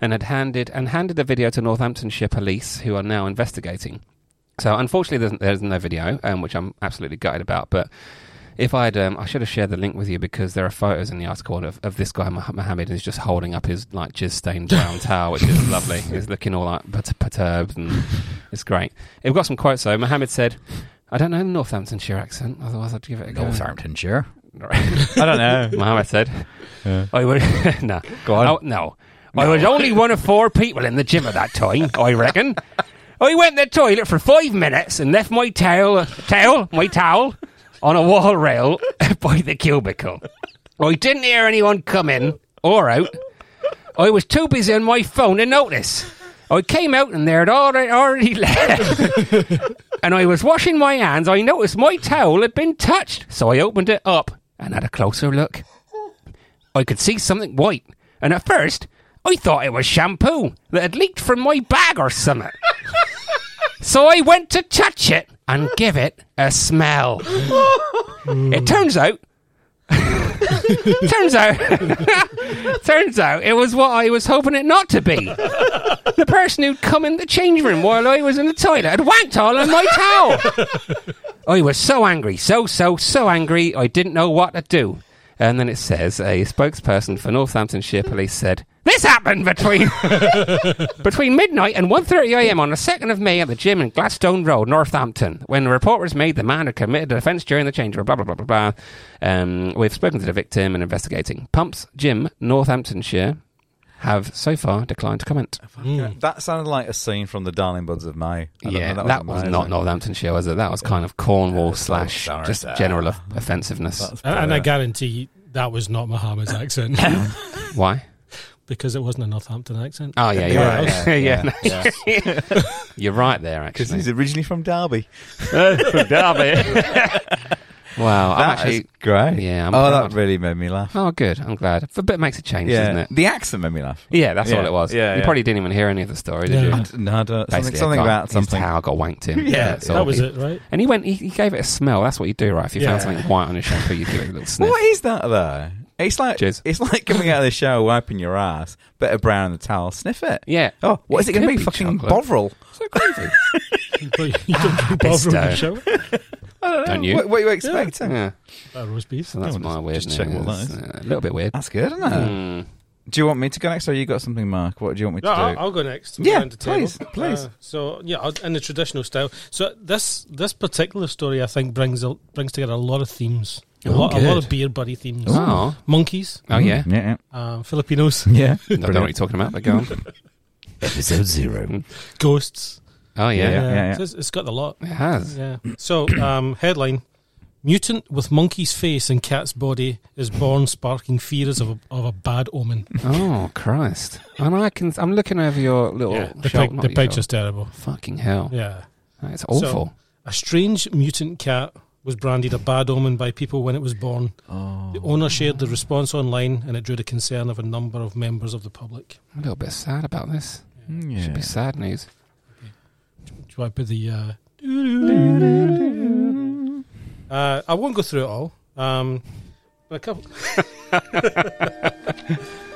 and had handed and handed the video to Northamptonshire police who are now investigating. So unfortunately there's, there's no video, um, which I'm absolutely gutted about, but if I'd, um, I should have shared the link with you because there are photos in the article of, of this guy Moh- Mohammed who's just holding up his like jizz-stained brown towel, which is lovely. He's looking all like per- perturbed, and it's great. We've got some quotes though. Mohammed said, "I don't know the Northamptonshire accent, otherwise I'd give it a go."
Northamptonshire.
I don't know. Mohammed said, "I was no,
Go on.
Oh, no, I was only one of four people in the gym at that time. I reckon." I went to the toilet for five minutes and left my towel, towel, my towel, on a wall rail by the cubicle. I didn't hear anyone come in or out. I was too busy on my phone to notice. I came out and they'd already, already left. and I was washing my hands. I noticed my towel had been touched, so I opened it up and had a closer look. I could see something white, and at first I thought it was shampoo that had leaked from my bag or something. so I went to touch it and give it a smell. it turns out. turns out turns out it was what I was hoping it not to be. The person who'd come in the change room while I was in the toilet had wanked all on my towel. I was so angry, so, so, so angry, I didn't know what to do. And then it says a spokesperson for Northamptonshire Police said, "This happened between between midnight and 1.30 a.m. on the 2nd of May at the gym in Gladstone Road, Northampton, when reporters made the man had committed an offence during the change room, blah, blah, blah, blah, blah. Um, we've spoken to the victim and investigating. Pumps Gym, Northamptonshire, have so far declined to comment.
Mm.
That sounded like a scene from the Darling Buds of May. I don't
yeah,
know,
that, was,
amazing.
not Northamptonshire, was it? That was kind of Cornwall slash
sorry,
just
sir.
general of- offensiveness.
That's
And, and I
brilliant.
guarantee that was not Mohammed's accent
Why?
because it wasn't a Northampton accent.
Oh, yeah, you're
Yeah,
right.
yeah,
yeah,
yeah,
no. you're right there,
Because
actually.
he's originally from Derby.
wow, I'm
That's
actually...
great.
Yeah, I'm
oh,
proud.
that really made me laugh.
Oh, good. I'm glad. But it makes a change,
yeah.
doesn't it?
The accent made me laugh.
Yeah, that's
Yeah,
all it was.
yeah,
you
yeah.
probably didn't even hear any of the story, did
Yeah.
you?
I
No, I don't- uh, something,
Basically,
something
a guy-
about something.
His towel got wanked in.
Yeah,
that's all
that was
he-
it, right?
And he went. He, he gave it a smell. That's what you do, right? If you found
Yeah.
something white on your shampoo, you give it a little sniff.
What is that though? It's like
Cheers.
it's like coming out of the shower, wiping your ass, bit of brown in the towel, sniff it.
Yeah.
Oh, what is it,
It
going to
could
be?
be
Fucking
chocolate.
Bovril.
So crazy.
you don't
Ah,
do bother on the
Bisto.
show.
Don't you?
What, what are you expecting?
yeah.
That roast beef.
So that's
Yeah,
my
well,
weird.
just- just check
news.
what that is.
Uh, a little bit weird.
That's uh, good, isn't it?
Hmm.
Do you want me to go next, or you got something, Mark? What do you want me to
No,
do?
I'll, I'll go next.
Yeah,
Round the table.
please, please.
Uh, so yeah, I'll- in the traditional style. So this this particular story, I think, brings a, brings together a lot of themes, a,
Oh,
lot, a lot
good.
of beer buddy themes.
Oh.
Monkeys,
Oh yeah.
Mm, yeah,
uh, Filipinos,
yeah.
I don't know what you're talking about, but go on. Mm.
Episode zero.
ghosts. Uh,
Oh yeah.
Yeah.
So it's- it's got the lot.
It has.
Yeah. So um, headline: Mutant with monkey's face and cat's body is born, sparking fears of a, of a bad omen.
Oh Christ! And I can. I'm looking over your little.
the
shelf-
pic,
not
the
your shelf.
picture's terrible.
Fucking hell!
Yeah.
It's awful.
A strange mutant cat was branded a bad omen by people when it was born. The owner shared the response online and it drew the concern of a number of members of the public.
I'm a little bit sad about this.
Mm, yeah.
Should be sad news.
Do I put the. Uh, uh, I won't go through it all. Um, but a couple.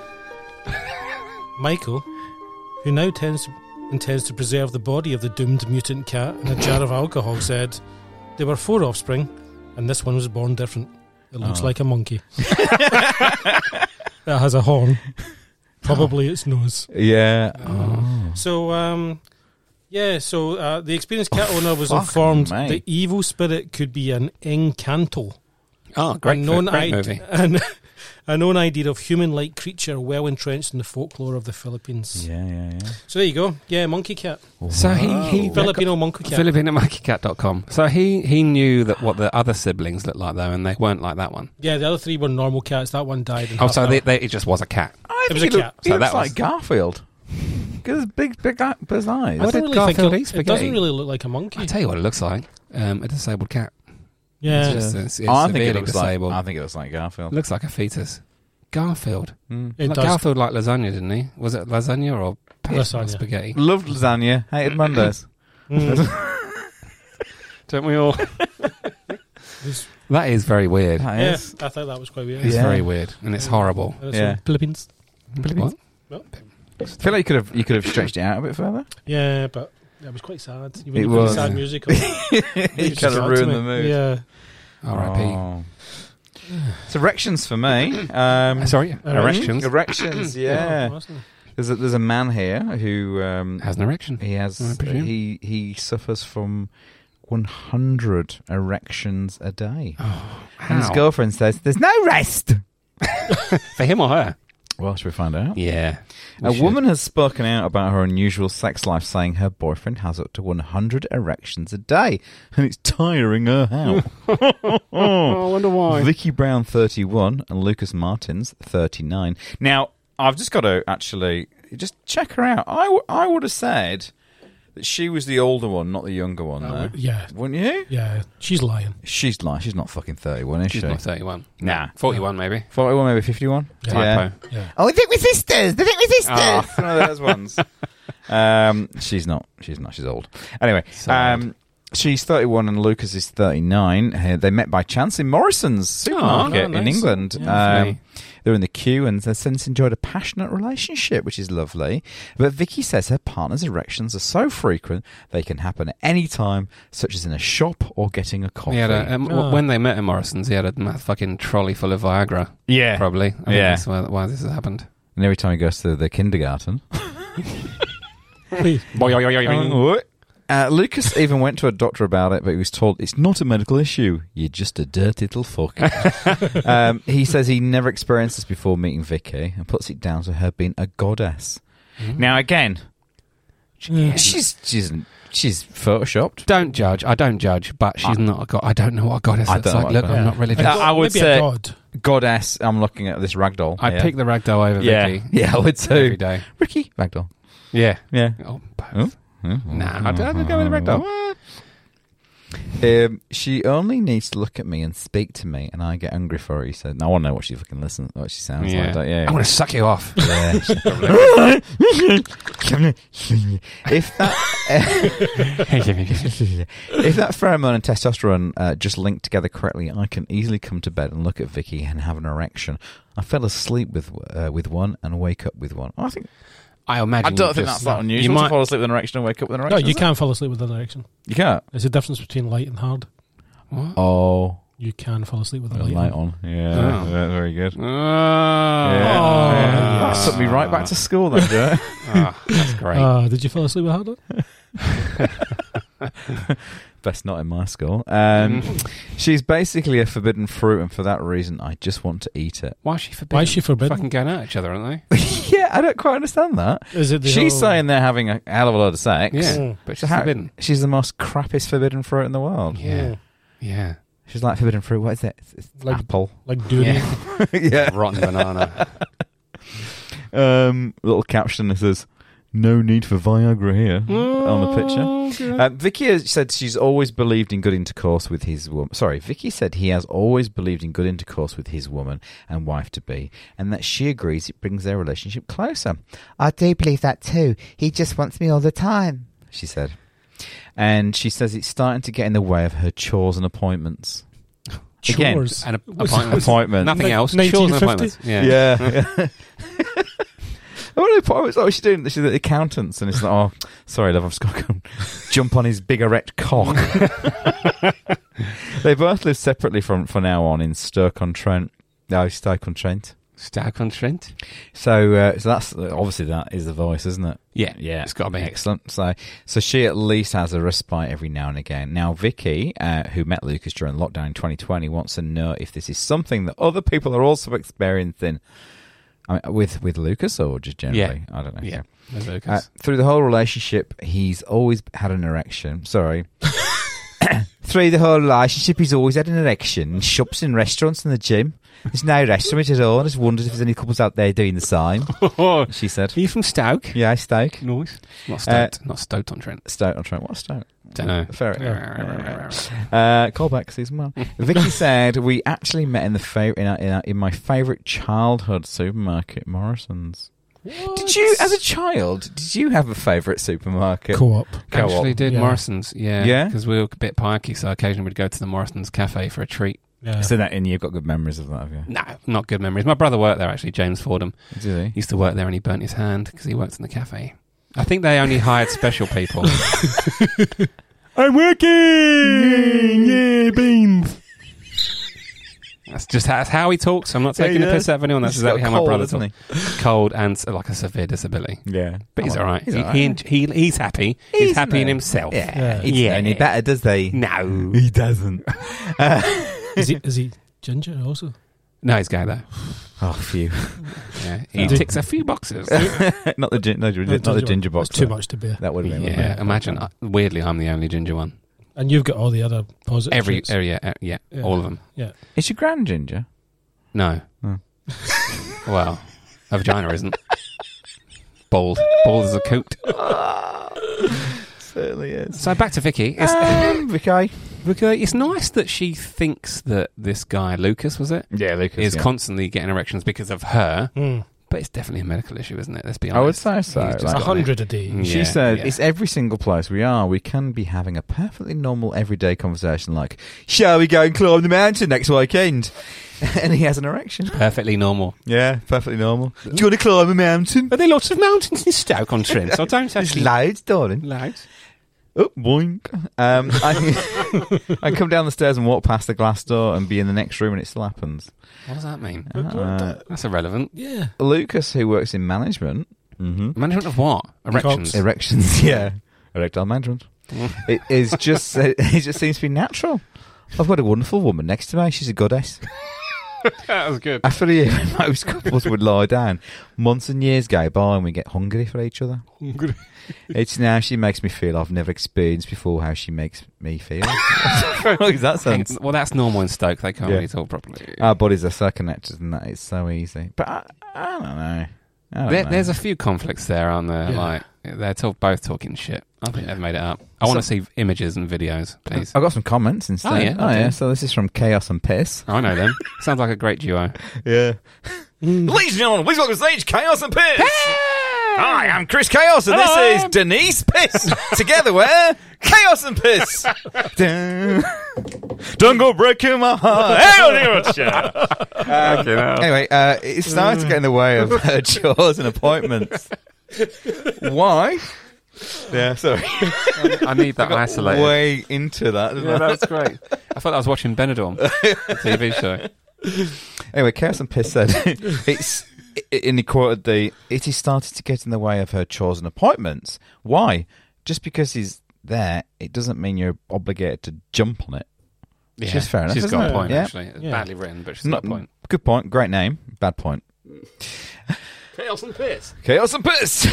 Michael, who now tends to, intends to preserve the body of the doomed mutant cat in a jar of alcohol, said, "There were four offspring, and this one was born different. It looks
Oh.
like a monkey. that has a horn. Probably its nose."
Yeah.
Oh.
Oh.
So, um, yeah, so uh, the experienced cat owner was
fuck
informed
me.
the evil spirit could be an encanto,
Oh, great,
a,
fi-
known
great
id-
movie.
an- a known idea of human like creature well entrenched in the folklore of the Philippines.
Yeah, yeah, yeah.
So there you go. Yeah, monkey cat.
So
Oh,
he, he
Filipino monkey cat.
FilipinoMonkeyCat.com. So he, he knew that what the other siblings looked like though, and they weren't like that one.
yeah, the other three were normal cats. That one died. and
Oh,
half
so
died.
they, they, it just was a cat.
I
It was
think
a
he
cat.
looked- He
So
looks
that was-
like Garfield. Because big, big, eye- big eyes.
I
What did
don't really think
Garfield
it-
eat
it
spaghetti?
doesn't really look like a monkey.
I tell you what, it looks like um, a disabled cat.
yeah.
It's just, it's, it's
I think
severely
it looks
disabled.
like. I think it looks like Garfield.
looks like a fetus. Garfield.
Mm.
It
Like
does.
Garfield liked lasagna, didn't he? Was it lasagna or pa-
Lasagna.
spaghetti?
Loved lasagna, hated Mondays.
Mm.
Don't we all? that is very weird.
That
yeah,
is.
I thought that was quite weird.
It's
Yeah.
very weird and it's horrible.
And it's
Yeah.
in Philippines.
What?
I feel like you could have you could have stretched it out a bit further.
Yeah, but it was quite sad. You
It
would put
was.
sad music. on.
you
It's
kind of
sad to
ruined the
me.
mood.
Yeah.
R.I.P.
Oh. So erections for me. Um,
Uh,
Hmm?
Sorry, erections.
Erections, yeah. There's a, there's a man here who um,
Has an erection.
he
I
has
presume.
he he suffers from 100 erections a day, and his
Oh, How?
girlfriend says there's no rest.
For him or her?
Well, should we find out?
Yeah.
A woman has spoken out about her unusual sex life, saying her boyfriend has up to 100 erections a day, and it's tiring her out.
I wonder why.
Vicky Brown, 31, and Lucas Martins, 39. Now, I've just got to actually just check her out. I, w- I would have said that she was the older one, not the younger one,
Oh,
though.
yeah.
Wouldn't you?
Yeah, she's lying.
She's like, she's not fucking 31, is
She's
she?
not 31.
Nah.
41 maybe.
41, maybe 51?
Typo.
Yeah.
Oh, I think we're sisters. I think we're sisters.
Ah.
It's one of those ones. Um, she's not. She's not. She's old. Anyway,
Sad.
um, she's 31 and Lucas is 39. Uh, they met by chance in Morrison's supermarket
Oh, nice.
in England.
Yeah,
um,
lovely.
they're in the queue and they've since enjoyed a passionate relationship, which is lovely. But Vicky says her partner's erections are so frequent they can happen at any time, such as in a shop or getting a coffee.
He had a, um, w-
Oh.
When they met at Morrison's, he had a ma- fucking trolley full of Viagra,
yeah.
probably. I think
Yeah.
That's why, why this has happened.
And every time he goes to the kindergarten,
Wait,
Um, Uh, Lucas even went to a doctor about it, but he was told it's not a medical issue. You're just a dirty little fuck. um, he says he never experienced this before meeting Vicky and puts it down to her being a goddess.
Hmm.
Now again, she's she's she's photoshopped.
Don't judge. I don't judge, but she's not a god. I don't know what a goddess
I
looks
don't
like.
know
Look,
what a
I'm
god-
not really.
Yeah. I would
maybe a
say-
god.
Goddess. I'm looking at this ragdoll.
I
yeah.
pick the ragdoll over
yeah,
Vicky
yeah, I would
every
too.
day.
Ricky ragdoll.
Yeah.
Yeah.
Oh, both.
Oh. Yeah.
Nah, I'd, I'd go with the ragdoll.
Um, she only needs to look at me and speak to me, and I get angry for it. He said, "No, "I want to know what she fucking listens, what she sounds like." Don't you?
I'm gonna suck you off.
Yeah. if that if that pheromone and testosterone uh, just linked together correctly, I can easily come to bed and look at Vicky and have an erection. I fell asleep with uh, with one and wake up with one. I think
I imagine. this- You might.
asleep with an erection and wake up with an
No, you can't fall asleep with an erection.
You can't.
There's a difference between light and hard.
Oh,
You can fall asleep with a
got
light.
light
on.
on. Yeah,
Oh.
yeah, very good.
Ah.
That took me right back to school. That did.
Ah, that's great.
Ah, did you fall asleep with hard on?
Best not in my school. Um, she's basically a forbidden fruit, and for that reason, I just want to eat it.
Why is she forbidden?
Why is she forbidden?
Fucking going at each other, aren't
yeah, I don't quite understand that.
Is it the
She's
whole-
saying they're having a hell of a lot of sex.
they? Yeah,
Mm.
but
So
she's
how-
forbidden.
She's the most crappiest forbidden fruit in the world.
Yeah, yeah.
She's like forbidden fruit. What is it? It's, it's
Like-
apple.
Like durian.
yeah.
Rotten banana.
Um, little caption that says, "No need for Viagra here" on the picture.
Oh,
Uh, Vicky has said she's always believed in good intercourse with his woman. Sorry, Vicky said he has always believed in good intercourse with his woman and wife to be, and that she agrees it brings their relationship closer.
I do believe that too. He just wants me all the time.
She said, and she says it's starting to get in the way of her chores and appointments. Again,
Chores.
And a,
Was-
appointments.
appointment.
Nothing
Nin-
else. Chores and
1950?
appointments. Yeah.
Yeah. I wonder if I was, oh, she's doing she's at the accountants, and it's like, oh, sorry, love, I've just got to go and jump on his big erect cock. they both live separately from for now on in Stoke on Trent. No, Stoke on Trent.
Stark on Trent.
So, uh, so that's obviously that is the voice, isn't it?
Yeah.
Yeah,
It's got to be.
excellent. So, so she at least has a respite every now and again. Now, Vicky, uh, who met Lucas during lockdown in 2020, wants to know if this is something that other people are also experiencing. I mean, with with Lucas or just generally, I don't know.
Yeah. There's
Uh,
Lucas.
through the whole relationship, he's always had an erection. Sorry. through the whole relationship, he's always had an erection. in Shops in restaurants and the gym. There's no restaurant at all. I just wondered if there's any couples out there doing the sign. She said,
Are you from Stoke?
"Yeah, Uh, Stoke,
Nice. Not Stoke. not Stoke on Trent.
Stoke. I'm trying. What Stoke?
Don't know.
Fair enough. Uh, callback season one. Vicky said we actually met in the fav- in, our, in, our, in my favourite childhood supermarket, Morrison's. Did you, as a child, did you have a favourite supermarket?
Co-op.
Co-op.
Actually, did
Yeah.
Morrison's, yeah,
Yeah?
because we were a bit pikey, so occasionally we'd go to the Morrison's cafe for a treat.
Yeah.
So that in you've got good memories of that, have you?
No, not good memories. My brother worked there actually, James Fordham.
Do they?
He used to work there and he burnt his hand because he worked in the cafe. I think they only hired special people. I'm working! Yeah, beans! That's just how, that's how he talks. I'm not
Yeah,
taking
yeah.
a piss out of anyone. That's
He's
exactly
got
how
cold,
my brother
hasn't
talks. Cold and s- like a severe disability.
Yeah,
But he's
Oh,
all right.
He's
he,
all
He, he, he's happy. He's,
He's
happy in
no-
himself.
yeah,
Yeah.
he's yeah. any better, does they?
No.
He doesn't.
Is he, is he ginger also?
No, he's gay though.
Oh, phew!
Yeah. He
Oh.
ticks a few boxes.
not the gin- no, not the ginger box.
That's too
though.
much to bear.
That would have been. wouldn't
yeah,
it?
imagine. I- Weirdly, I'm the only ginger one.
And you've got all the other positive
Every,
traits.
every yeah, uh, yeah,
Yeah.
all of them.
Is your grand ginger?
No.
No.
well, a vagina isn't. Bald. Bald as a coot.
Certainly is.
So back to Vicky. It's,
Um, Vicky.
Vicky, it's nice that she thinks that this guy, Lucas, was it?
Yeah, Lucas
Is
yeah.
constantly getting erections because of her,
Mm.
but it's definitely a medical issue, isn't it? Let's be
I would
honest.
say so.
He's just
like-
A
got
hundred a day.
Mm,
She
yeah,
said,
yeah.
"It's every single place we are. We can be having a perfectly normal, everyday conversation, like, shall we go and climb the mountain next weekend?" and he has an erection.
perfectly normal.
Yeah, perfectly normal. Do you want to climb a mountain?
Are there lots of mountains in Stoke on Trent? So I don't
It's
actually.
loads, darling.
Loud.
Oh, boink. Um, I, I come down the stairs and walk past the glass door and be in the next room, and it still happens.
What does that mean?
Uh,
That's irrelevant.
Yeah.
Lucas, who works in management, mm-hmm.
Management of what? Erections.
erections, yeah, erectile management. it is just, it just seems to be natural. I've got a wonderful woman next to me. She's a goddess.
that was good.
After a year, most couples would lie down. Months and years go by, and we get hungry for each other. It's now she makes me feel I've never experienced before how she makes me feel. What does that sounds.
Well, that's normal in Stoke. They can't
Yeah.
really talk properly.
Our bodies are so connected, and that it's so easy. But I, I don't know. I don't
There,
know.
there's a few conflicts there, aren't there?
Yeah.
Like they're to- both talking shit. I think they've made it up. I
So-
want to see images and videos, please.
I've got some comments instead.
Oh, yeah,
oh,
okay.
yeah. So this is from Chaos and Piss.
I know them. Sounds like a great duo.
Yeah. Ladies and gentlemen, please welcome to stage Chaos and Piss. Hi, I'm Chris Chaos, and this is Denise Piss. Together we're Chaos and Piss. Dun. Don't go breaking my heart. Hey, I'll do it, yeah. Um, anyway, uh, it's starting to get in the way of her chores and appointments. Why? Yeah, sorry.
I need that isolated.
Way into that. didn't I?
that's great. I thought I was watching Benidorm, the TV show.
Anyway, Chaos and Piss said it's in he quoted the it is started to get in the way of her chores and appointments. Why? Just because he's there, it doesn't mean you're obligated to jump on it. Which is fair enough.
She's
isn't
got
it?
a point.
Yeah.
Actually, it's
Yeah.
badly written, but she's
Not,
got a point.
Mm, Good point. Great name. Bad point.
Chaos and piss.
Chaos and Piss.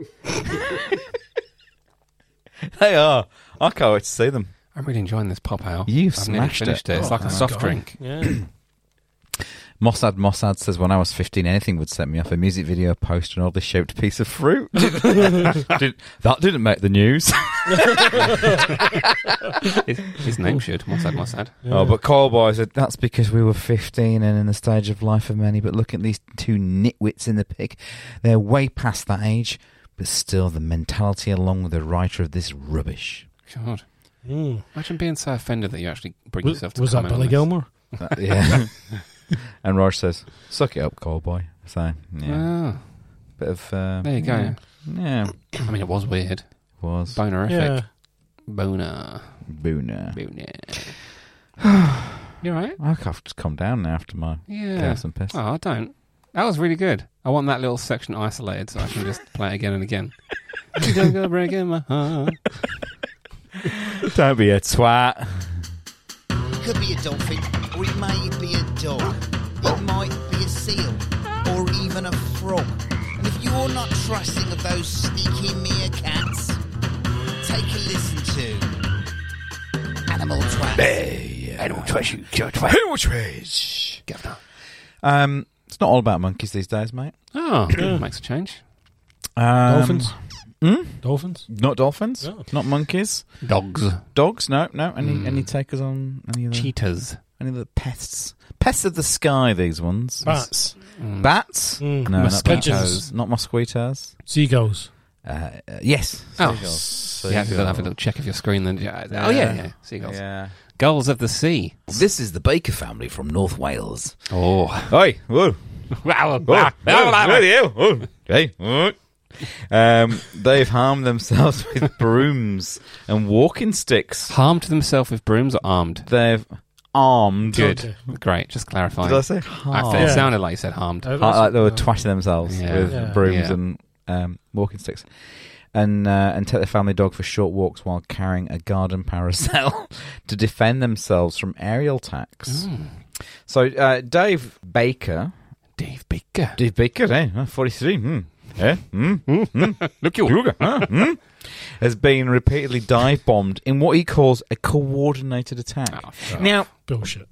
they are. I can't wait to see them.
I'm really enjoying this pop out.
You've
I've nearly
smashed
finished it.
it.
It's
Oh,
like a
my
soft drink.
Yeah.
Mossad Mossad says, when I was 15, anything would set me off. A music video, a poster, an oddly shaped piece of fruit. Didn't- that didn't make the news.
His, his name should. Mossad Mossad.
Oh, but Cole Boy said that's because we were 15 and in the stage of life of many. But look at these two nitwits in the pic. They're way past that age, but still the mentality along with the writer of this rubbish.
God.
Mm.
Imagine being so offended that you actually bring
Was,
yourself to
was that
comment on
Billy
this.
Gilmore?
Uh, yeah. and Raj says, "Suck it up, cold boy." So yeah,
Oh,
bit of uh,
there you go.
Yeah, yeah
I mean, it was weird.
was
Bonerific.
Yeah.
Boner.
Boona.
Boner. you all right?
I have to come down now after my
Yeah.
chaos and
Ah.
piss.
Oh, I don't. That was really good. I want that little section isolated so I can just play it again and again. You don't go breaking my heart.
Don't be a twat.
Could be a dolphin, or it may be a dog. It might be a seal, or even a frog. And if you're not trusting of those sneaky meerkats, take a listen to Animal Twat.
Animal trash you,
Um, it's not all about monkeys these days, mate.
Oh, makes a change.
Um,
Dolphins?
Hmm?
Dolphins?
Not dolphins.
No.
Not monkeys.
Dogs.
Dogs? No, no. Any
Hmm.
any takers on any of
Mm.
the
Cheetahs.
any of the pests? Pests of the sky. These ones.
Bats?
Bats? No,
Mm.
not
Mosquitoes.
mosquitoes. Not mosquitoes.
Seagulls?
Uh, uh, yes.
Oh.
Seagulls.
You have to
Seagull.
have a little check of your screen then. Yeah. Oh, yeah, yeah. Seagulls.
Yeah.
Gulls of the sea.
This is the Baker family from North Wales.
Oh.
Oi. Whoa. Whoa. Whoa. Whoa. Hey. Whoa. Um, they've harmed themselves with brooms and walking sticks.
Harmed themselves with brooms or armed?
They've armed.
Okay.
Great. Just clarifying.
Did I say
I
harmed?
thought It
Yeah.
sounded like you said harmed.
Uh,
like they were twatting themselves
Yeah.
with
Yeah.
brooms
Yeah.
and um, walking sticks, and uh, and take their family dog for short walks while carrying a garden parasol to defend themselves from aerial attacks. So uh, Dave Baker,
Dave Baker.
Dave Baker, eh, forty three. Hmm. Eh? Hmm?
Look you.
Huh? Hmm? has been repeatedly dive bombed in what he calls a coordinated attack.
Oh, fuck.
now,
Bullshit.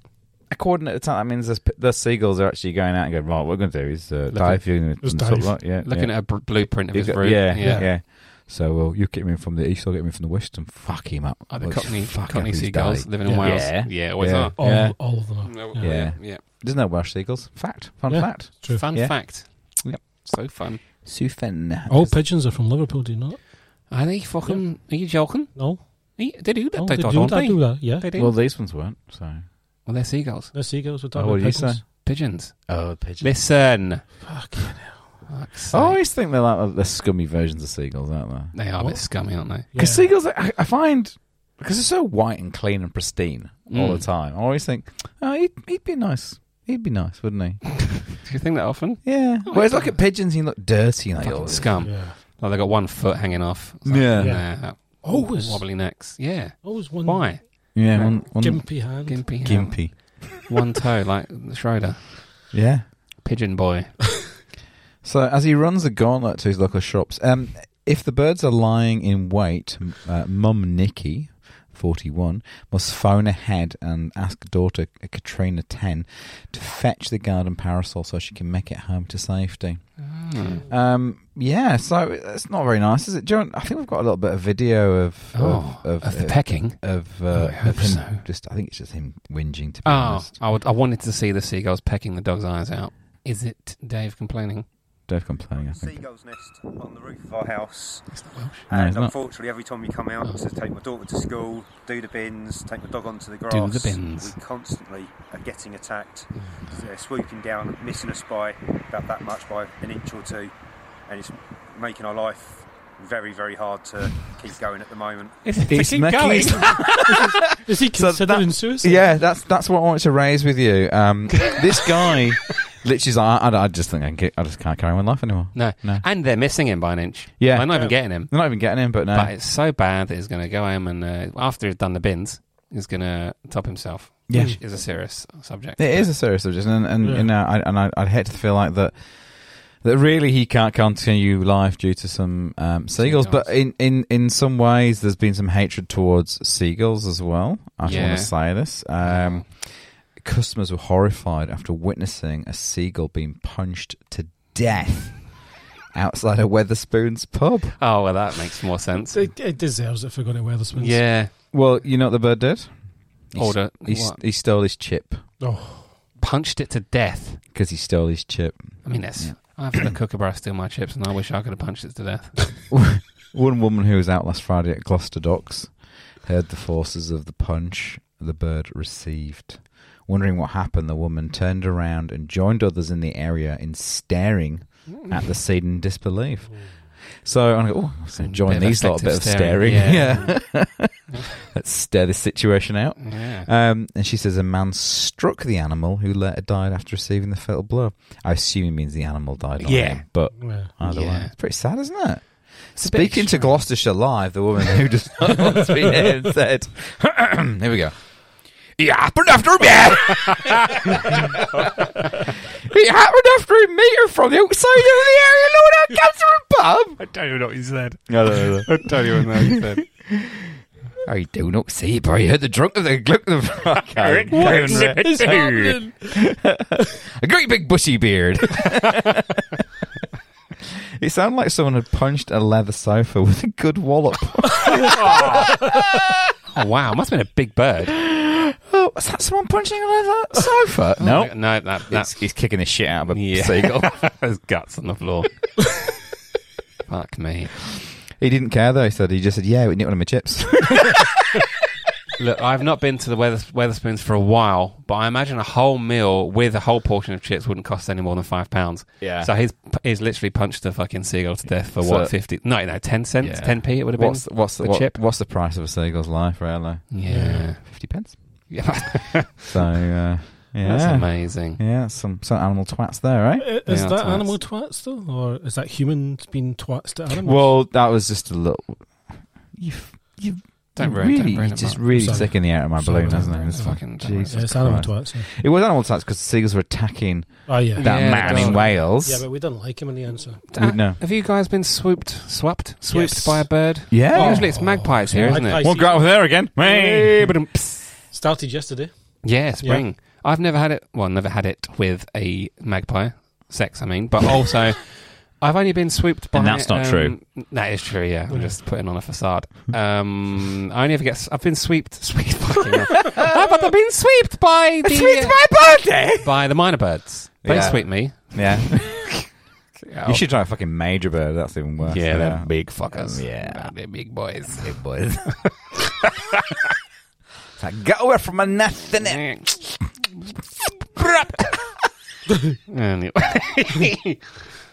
a coordinated attack that means the, sp- the seagulls are actually going out and going, right, what we're going to do is uh, dive you and,
Just
and sort of
dive.
like- yeah, yeah.
Looking at a br- blueprint of
You
his
got-
route.
Yeah, yeah, yeah. So well, you get him in from the east, I'll get him in from the west, and fuck him up.
Oh, the
Let's
Cockney,
fuck
Cockney
up his
seagulls
day.
living in
Yeah.
Wales.
Yeah.
Yeah, always
Yeah.
are.
All,
Yeah.
all of them
No,
Yeah.
Yeah.
Yeah.
yeah.
Doesn't that Welsh seagulls? Fact, fun
Yeah.
fact.
True.
Fun
Yeah.
fact.
Yep.
So fun.
Sufen.
are.
Oh,
All Oh, pigeons are from Liverpool, do you know? that?
Are they fucking? Are you joking?
No.
They they do that.
no
they,
Oh, they
don't
do that,
they?
do that, yeah.
They do.
Well,
Well,
these ones weren't. So
they're seagulls.
No seagulls, we're
Oh,
talking
what
about
did you
pigeons.
say?
Pigeons.
Oh, pigeon.
Listen.
Fucking hell.
Fuck's
I
sake.
always think they're like the scummy versions of seagulls, aren't they?
They are a bit
What?
scummy, aren't they?
Because
Yeah.
seagulls, I, I find, because they're so white and clean and pristine all
Mm.
the time. I always think, oh, he'd, he'd be nice. He'd be nice, wouldn't he?
Do you think that often?
Yeah. Whereas look at pigeons, he look dirty like
Fucking
all this.
scum.
Yeah.
Like they got one foot hanging off. It's
Yeah.
Like,
Yeah. Mm.
nah,
Always.
wobbly necks. Yeah.
Always Oh, one
Why?
Yeah, one, one
gimpy hand.
Gimpy. hand.
gimpy.
One toe like Schroeder.
Yeah.
Pigeon boy.
So as he runs a gauntlet to his local shops, um, if the birds are lying in wait, m- uh, Mum Nikki, forty-one, must phone ahead and ask daughter uh, Katrina, ten, to fetch the garden parasol so she can make it home to safety.
Oh.
Um, yeah, so it's not very nice, is it? John, I think we've got a little bit of video of
Oh,
of,
of the
uh,
pecking.
of,
Oh,
uh,
I hope
of him.
so.
Just, I think it's just him whinging. To be
Oh,
honest,
I, would, I wanted to see the seagulls pecking the dog's eyes out. Is it Dave complaining?
Dave complaining. I think.
Seagull's nest on the roof of our house,
It's not Welsh.
No, he's
and
not.
unfortunately, every time we come out to take my daughter to school, do the bins, take my dog onto the grass,
Do the bins. Mm.
we constantly are getting attacked. They're swooping down, missing us by about that much, by an inch or two, and it's making our life very, very hard to keep going at the moment.
Is
It's making his
Is he
So
considering
that-
suicide?
Yeah, that's that's what I wanted to raise with you. Um, this guy, literally, is like, I, I, I just think I, can, I just can't carry on with life anymore.
No.
No.
And they're missing him by an inch.
Yeah.
They're not even getting him.
They're not even getting him, but no,
But it's so bad that he's going to go home and uh, after he's done the bins, he's going to top himself.
Yeah.
Which is a serious subject.
it is a serious subject, and and
Yeah.
you know, I, and I, I'd hate to feel like that. That really he can't continue life due to some um, seagulls, but in, in, in some ways there's been some hatred towards seagulls as well. I just
Yeah.
want to say this. Um, customers were horrified after witnessing a seagull being punched to death outside a Weatherspoons pub.
Oh, well, that makes more sense.
It, it deserves it for going to Weatherspoons.
yeah.
Well, you know what the bird did? He s-
Order.
He, s- he stole his chip
Oh,
Punched it to death.
because he stole his chip.
I mean, that's.
Yeah.
I've had a kookaburra steal my chips, and I wish I could have punched it to death.
One woman who was out last Friday at Gloucester Docks heard the forces of the punch the bird received. Wondering what happened, the woman turned around and joined others in the area in staring at the seed in disbelief. So I'm going, oh, I'm going to join these lot a bit of staring.
Effective
Yeah.
staring,
Let's stare this situation out.
Yeah.
Um, and she says a man struck the animal who later died after receiving the fatal blow. I assume he means the animal died. not
Yeah.
him, but
Yeah.
either way.
Yeah.
It's pretty sad, isn't it?
It's a bit
Speaking to
extreme.
Gloucestershire Live, the woman who does not want to be named said, here we go. It happened after a bit. it happened after a metre from the outside of the area known as Cancer and Pub.
I don't even know what he said.
No, no, no.
I don't even know what he said.
I do not see, but I heard the drunk of the gluck of the I can't-
What
can't
is
read.
happening?
A great big bushy beard. it sounded like someone had punched a leather sofa with a good wallop.
Oh, wow. Must have been a big bird.
oh, is that someone punching a leather sofa? no.
No, that,
It's-
that's
he's kicking the shit out of a
Yeah.
seagull.
there's guts on the floor. Fuck me.
He didn't care though. He said he just said, "Yeah, we nicked one of my chips."
Look, I've not been to the Weathers- Weatherspoons for a while, but I imagine a whole meal with a whole portion of chips wouldn't cost any more than five pounds.
Yeah.
So he's he's literally punched a fucking seagull to death for
So-
what fifty? No, no, ten cents, ten p. It would have been.
what's, what's the
the
what-
chip?
What's the price of a seagull's life? Really,
yeah.
fifty pence.
Yeah.
So uh, yeah,
That's amazing.
yeah, some some animal twats there, right?
I- Uh, Is
Yeah,
that
twats.
animal twats though, or is that humans being twats to animals?
Well, that was just a little. You you
Don't
you
ruin- don't
really,
ruin
you're
it,
just
Mark.
really
Sorry.
sticking the air out of my
Sorry,
balloon,
don't
hasn't
ruin
it?
it.
It's
Fucking-
Jesus
Yeah, it's animal
Christ.
twats. Yeah.
It was animal twats because the seagulls were attacking
Oh yeah,
that
Yeah,
man
that's
in
right.
Wales.
yeah, but we didn't like him in the answer.
Uh, no.
Ah, Have you guys been swooped, swapped, swooped
Yes.
by a bird?
Yeah.
Oh.
Usually it's magpies here, isn't
Magpies.
it?
Won't go out with her again. Whee! But-
Started yesterday.
Yeah, spring. I've never had it. Well, never had it with a magpie. Sex, I mean, but also. I've only been swooped by.
And that's not
um,
true.
That is true. Yeah, I'm just putting on a facade. Um, I only ever get. s- I've been swooped. Swooped. fucking hell. I've, I've been swooped by the uh,
It's my birthday.
by the minor birds. They
Yeah.
sweep me.
Yeah, you should try a fucking major bird. That's even worse.
Yeah, they're big fuckers.
Yeah.
they're big boys.
Big boys. It's like, get away from my nest, innit?
Anyway.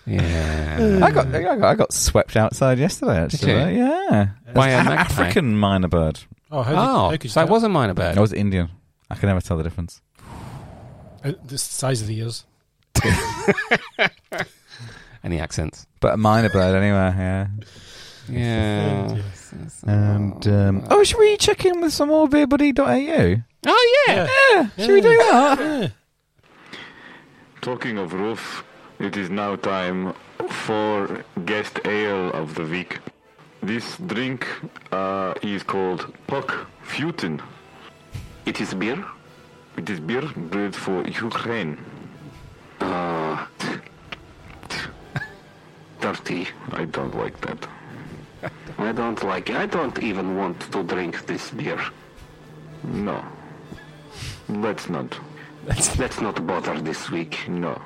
yeah.
I got, I got, I got swept outside yesterday. Actually,
you?
yeah,
By a
An
magpie?
African minor bird.
Oh, how did,
Oh,
how could you
so it
tell?
was a minor bird.
I was Indian. I can never tell the difference.
Uh, the size of the ears.
Any accents?
But a minor bird, anyway. Yeah.
Yeah.
And um, oh, should we check in with some more beerbuddy.au?
Oh yeah.
Yeah, should we do that?
Talking of roof, it is now time for guest ale of the week. This drink uh, is called Puck Futin.
It is beer.
It is beer brewed for Ukraine.
Dirty.
I don't like that.
I don't like it. I don't even want to drink this beer.
No. Let's not.
Let's not bother this week.
No.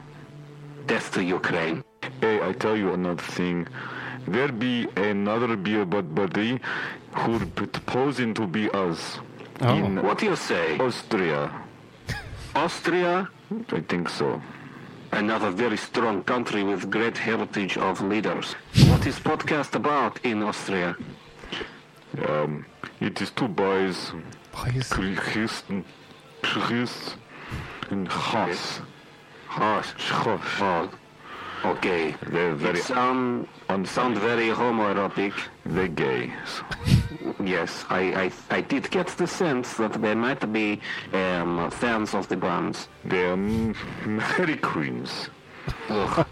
Death to Ukraine.
Hey, I tell you another thing. There be another beer but buddy who proposing to be us in
What do you say?
Austria.
Austria,
I think so.
another very strong country with great heritage of leaders. What is podcast about in Austria?
Um, it is two boys, Christen, Chris, and Haas.
Horse.
Haas.
Oh, okay.
They're very
Sound sound very homoerotic.
they gay.
Yes, I, I I did get the sense that they might be um, fans of the bands.
They're m- Mary Queens.
Ugh,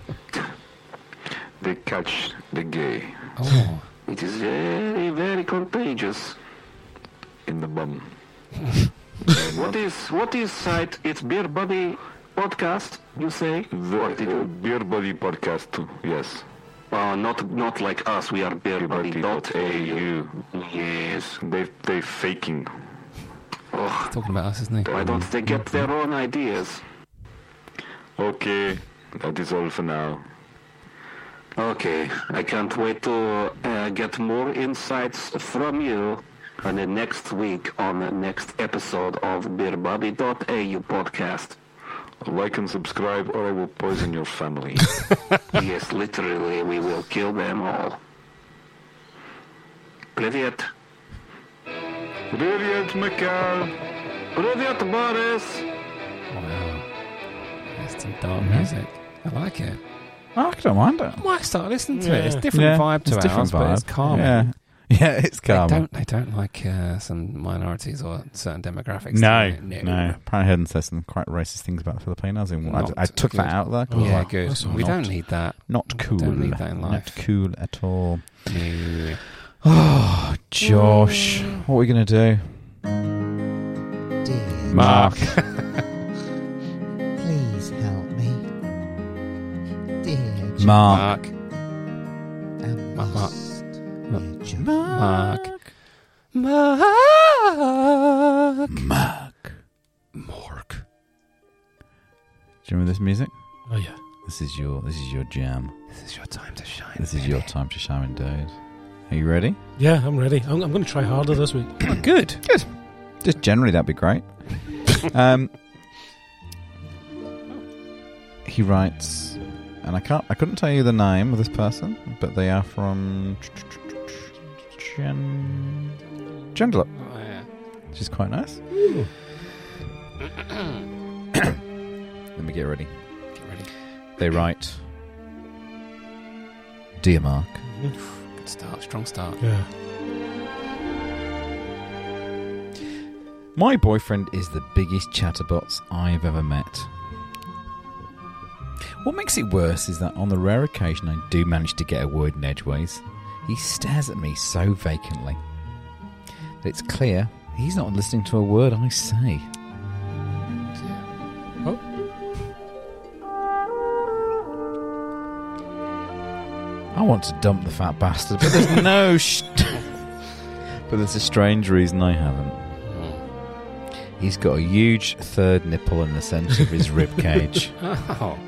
They catch the gay
Oh.
it is very very contagious.
in the bum.
What is what is site? It's Beer Buddy podcast. You say?
The
What did
uh,
you?
Beer Buddy podcast, too. yes.
Oh, not not like us. We are Beer Buddy dot au.
Buddy.au.
Yes.
They, they faking.
Ugh,
Talking about us, isn't he?
why don't they get their own ideas?
Okay, that is all for now.
Okay, I can't wait to uh, get more insights from you. And then next week on the next episode of BeerBobby.au podcast.
Like and subscribe, or I will poison your family.
yes, literally, we will kill them all. Привет.
Привет, Mikhail.
Привет, Boris.
Wow. That's some dark music. I like it.
I don't mind it.
I might start listening to it. It's
Yeah.
different
Yeah,
vibe to
it's
ours,
different
but it's
vibe.
calm.
Yeah, yeah, it's calm.
They don't, they don't like uh, some minorities or certain demographics.
No,
do they?
no. Apparently, Hayden says some quite racist things about the Filipinos. And I,
Not
I took
good. Oh,
that out there. 'cause
Yeah,
I'm like,
good.
that's
We
not-
don't need that.
Not cool.
Don't need that in
Not
life. Mm.
cool at all.
No.
Oh, Josh, what are we gonna do?
Dear,
Mark.
please help me. Dear Josh,
Mark,
Mark.
I'm
Mark, Mark.
lost.
Mark.
Dear Josh.
Mark. Mark.
Mark.
Mork.
Do you remember this music?
Oh yeah.
This is your. This is your jam.
This is your time to shine.
This is your
baby.
time to shine, indeed. Are you ready?
Yeah, I'm ready. I'm, I'm going to try harder this week.
Oh, Good.
Just generally, that'd be great. um, he writes, and I can't, I couldn't tell you the name of this person, but they are from Gen Joondalup,
Oh, yeah.
which is quite nice. Let me get ready.
Get ready.
They write, dear Mark,
Good start. Strong start.
Yeah.
my boyfriend is the biggest chatterbox I've ever met. What makes it worse is that on the rare occasion I do manage to get a word in edgeways, he stares at me so vacantly that it's clear he's not listening to a word I say. I want to dump the fat bastard, but there's no. Sh- but there's a strange reason I haven't. He's got a huge third nipple in the centre of his rib cage.
Oh,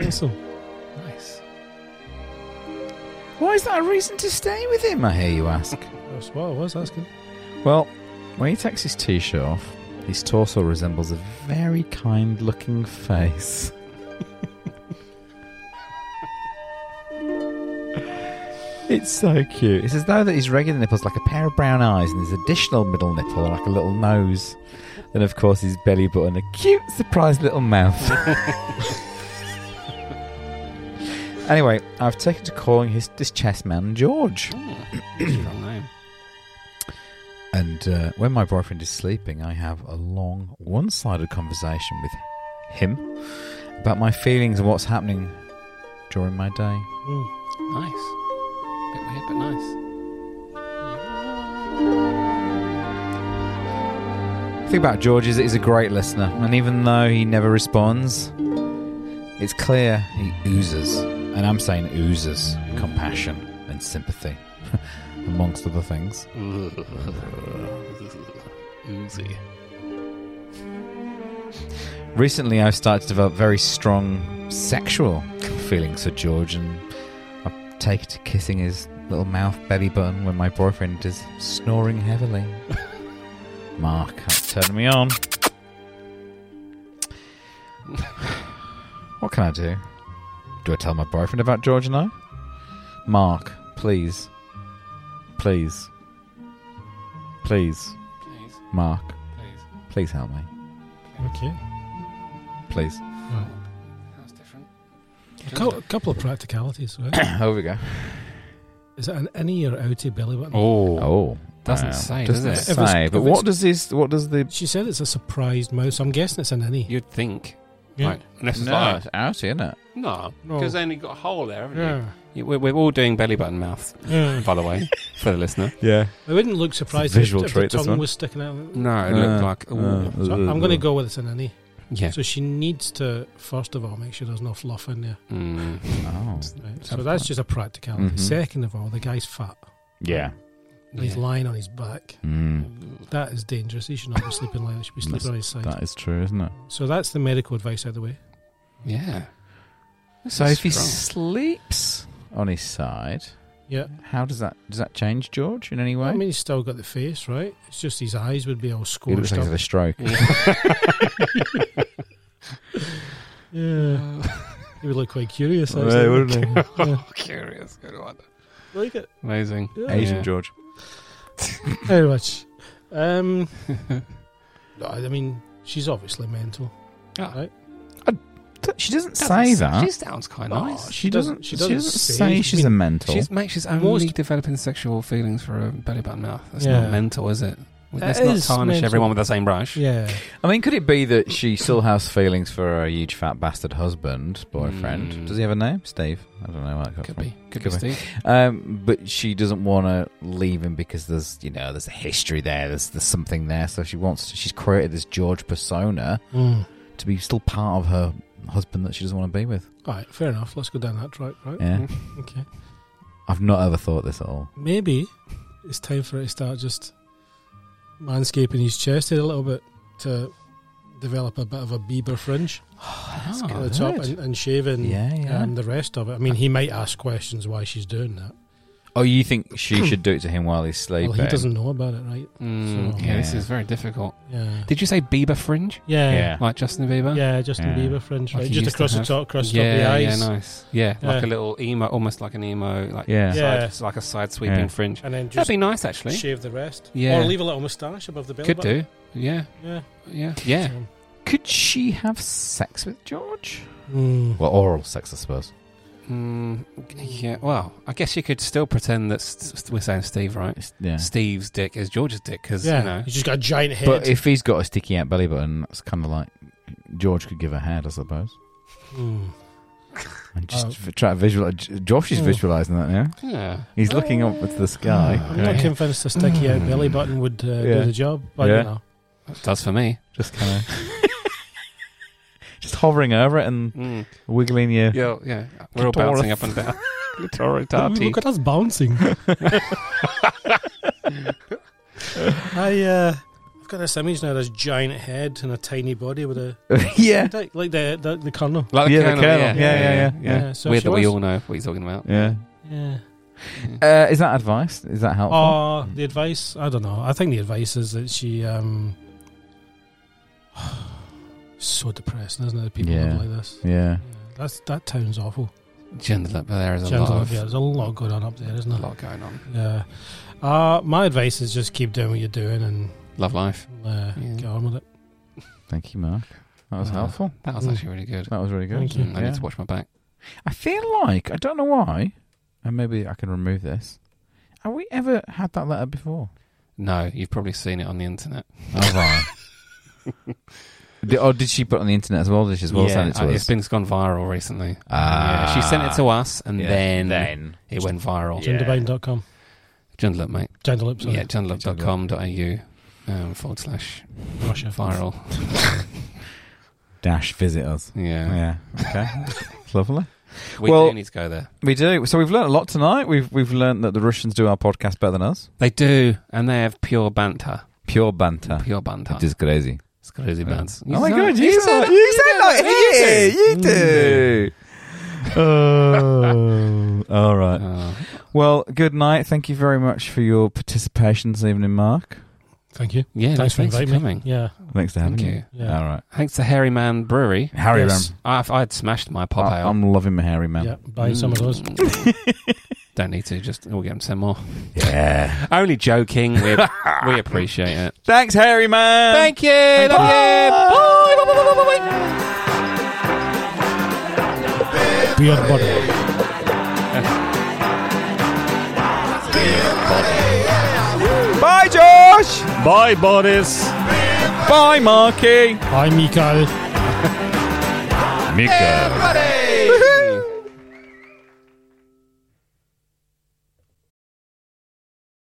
Awesome.
nice.
Why is that a reason to stay with him? I hear you ask.
That's what I was asking.
Well, when he takes his t shirt off, his torso resembles a very kind looking face. it's so cute. It's as though that his regular nipple's like a pair of brown eyes and his additional middle nipple are like a little nose. Then, of course, his belly button, a cute, surprised little mouth. anyway, I've taken to calling his, this chess man George.
Strong name.
And uh, when my boyfriend is sleeping, I have a long, one sided conversation with him about my feelings and what's happening during my day.
Nice. Bit weird, but nice.
The thing about George is that he's a great listener, and even though he never responds, it's clear he oozes, and I'm saying oozes, compassion and sympathy, amongst other things.
Oozy.
Recently, I've started to develop very strong sexual feelings for George, and I take to kissing his little mouth belly button when my boyfriend is snoring heavily. Mark, that's turning me on. What can I do? Do I tell my boyfriend about George and I? Mark, please. Please. Please,
Please,
Mark,
please.
please help me.
Okay.
Please.
That's different.
A couple, a couple of practicalities, right?
Over we go.
Is it an innie or outie belly button?
Oh.
Oh,
Doesn't
wow.
say, does
doesn't
it?
If it's-
say.
if
But
it's-
what does this? What does the?
She said it's a surprised mouse. I'm guessing it's an innie.
You'd think.
Yeah.
Right. Unless it's
No,
like-
it's out, isn't it?
No.
No.
Because they only got a hole there, haven't you?
Yeah.
you? We're, we're all doing belly button mouth,
yeah.
by the way, for the listener.
Yeah.
I wouldn't look surprised if,
visual
if
trait,
the
this
tongue
one.
was sticking out.
No, it looked like. ooh.
So I'm going to go with it's an innie.
yeah.
So she needs to, first of all, make sure there's no fluff in there.
Mm.
Oh,
Right? So that's just a practicality.
Mhm.
Second of all, the guy's fat.
yeah.
And He's
Yeah.
lying on his back.
Mm,
That is dangerous. He should not be sleeping like that. He should be sleeping
That's-
on his side.
that is true, isn't it?
So that's the medical advice out of the way.
Yeah.
So if he sleeps on his side,
Yeah.
How does that does that change George in any way?
I mean, he's still got the face, right? It's just his eyes would be
he
all
looks
scorched
like he's
up.
had a stroke.
yeah. he would look quite curious.
Right,
actually.
wouldn't he?
Yeah.
Curious. Good one.
Like it.
Amazing.
Yeah.
Asian
Yeah.
George.
Very much. Um, no, I mean, she's obviously mental.
She doesn't,
Doesn't
say
s-
that.
She sounds quite
Oh,
nice.
she doesn't. She doesn't, say,
I
she's a
mean,
mental.
She's mate, she's only
Most-
developing sexual feelings for a belly button mouth. That's
Yeah.
not mental, is it?
That
Let's not
is
tarnish
mental.
everyone with the same brush.
Yeah.
I mean, could it be that she still has feelings for her huge fat bastard husband, boyfriend?
Mm.
Does he have a name? Steve. I don't know. Where that got
Could
from.
be. Could,
Could
be,
be.
Steve.
Um, but she doesn't want to leave him because there's, you know, there's a history there. There's there's something there. So she wants. To, she's created this George persona
Mm.
to be still part of her husband that she doesn't want to be with.
All right, fair enough. Let's go down that track, right?
Yeah.
Mm.
Okay.
I've not ever thought this at all.
Maybe it's time for her to start just manscaping his chest here a little bit to develop a bit of a Bieber fringe
that's
at the
Oh, good.
top and, and shaving
Yeah, yeah.
um, the rest of it. I mean, he might ask questions why she's doing that.
Oh, you think she should do it to him while he's sleeping?
Well, he doesn't know about it, right?
Mm,
So-
yeah, this
Yeah.
is very difficult.
Yeah.
Did you say Bieber fringe?
Yeah.
Yeah.
Like Justin Bieber?
Yeah, Justin
Yeah.
Bieber fringe,
Like
right?
he
Just
used to
across the
have.
top, across the top of the
yeah, yeah,
eyes.
nice. Yeah, like a
Yeah.
little emo, almost like an emo, like
Yeah.
Yeah.
side, it's like a side sweeping
Yeah.
fringe.
And then
That'd
just
be nice, actually.
shave the rest.
Yeah.
Or leave a little moustache above the belly
Could
button.
do. Yeah,
Yeah.
yeah, yeah.
So-
Could she have sex with George?
Mm.
Well, oral sex, I suppose.
Hmm.
Mm, yeah. Well, I guess you could still pretend that st- st- we're saying Steve, right?
It's- Yeah.
Steve's dick is George's dick because
yeah.
you know.
He's just got a giant head.
But if he's got a sticky out belly button, that's kind of like George could give her head, I suppose.
Mm.
And just
Oh.
v- try to visualize. Josh is
Oh. Ah.
visualizing that now.
Yeah.
He's looking up at the sky.
I'm not convinced the sticky out belly button would uh,
Yeah.
do the job, but
Yeah.
you know.
Does for me.
Just kind of. just hovering over it and
Mm.
wiggling your.
Yeah, yeah. We're all
Clitoris.
bouncing up and down. Clitoridati.
Look at us bouncing. I, uh, I've got this image now this giant head and a tiny body with a
yeah.
like, like the, the the colonel.
Like
Yeah, the Colonel. Yeah, yeah, yeah, yeah.
so
Weird
she
that we
was-
all know what he's talking about.
Yeah.
Yeah.
Uh, is that advice? Is that
Oh.
helpful?
Or the advice? I don't know. I think the advice is that she. um So depressing, isn't it? that People
Yeah.
live like this.
yeah.
Yeah. That's that town's awful.
Gender, there is a
Sounds
lot
like,
of
yeah, there's a lot going on up there, isn't
a
there?
lot going on.
Yeah. Uh, my advice is just keep doing what you're doing and
Love life.
uh,
Yeah.
get on with it.
Thank you, Mark. That was
Uh,
helpful.
That was
Mm.
actually really good.
That was really good.
Thank you.
Mm, I
Yeah.
need to watch my back.
I feel like I don't know why, and maybe I can remove this. Have we ever had that letter before?
No, you've probably seen it on the internet.
Have I? Did- or oh, did she put it on the internet as well? Did she as well send it to
uh,
us?
it's been it's gone viral recently.
Ah.
yeah, she sent it to us, and
Yeah.
then,
then
it went viral.
Yeah.
Genderbine.com.
Genderlip, mate.
Genderlip, sorry.
Yeah, genderlip.com.au um, forward slash
Russia.
viral.
dash visit us.
Yeah.
Yeah. Okay. Lovely.
We
Well-
do need to go there.
We do. So we've learned a lot tonight. We've we've learned that the Russians do our podcast better than us.
They do, and they have pure banter.
Pure banter.
Pure banter.
It is crazy.
it's crazy banter.
oh my god! You said that. You said that. Yeah, you do. Oh, all right.
Uh,
Well, good night. Thank you very much for your participation this evening, Mark.
Thank you.
yeah,
Thanks
thanks,
for
for
inviting me.
coming.
Yeah.
Thanks for having
Thank
me.
you.
Yeah.
All right.
Thanks to Harry Man Brewery.
Harry
Yes.
I've, I'd smashed my pop
I,
ale.
am loving my Harry man.
Yeah. Buy
Mm.
some of those.
Don't need to. Just we'll get him some more.
Yeah.
Only joking. We, we appreciate it.
Thanks, Harry man.
Thank you. Love you. Bye. Bye, bye, bye, bye, bye, bye.
Beer bottle.
Bye, Josh. Bye, Boris. Bye, Marky.
Bye, Mikael.
Mika.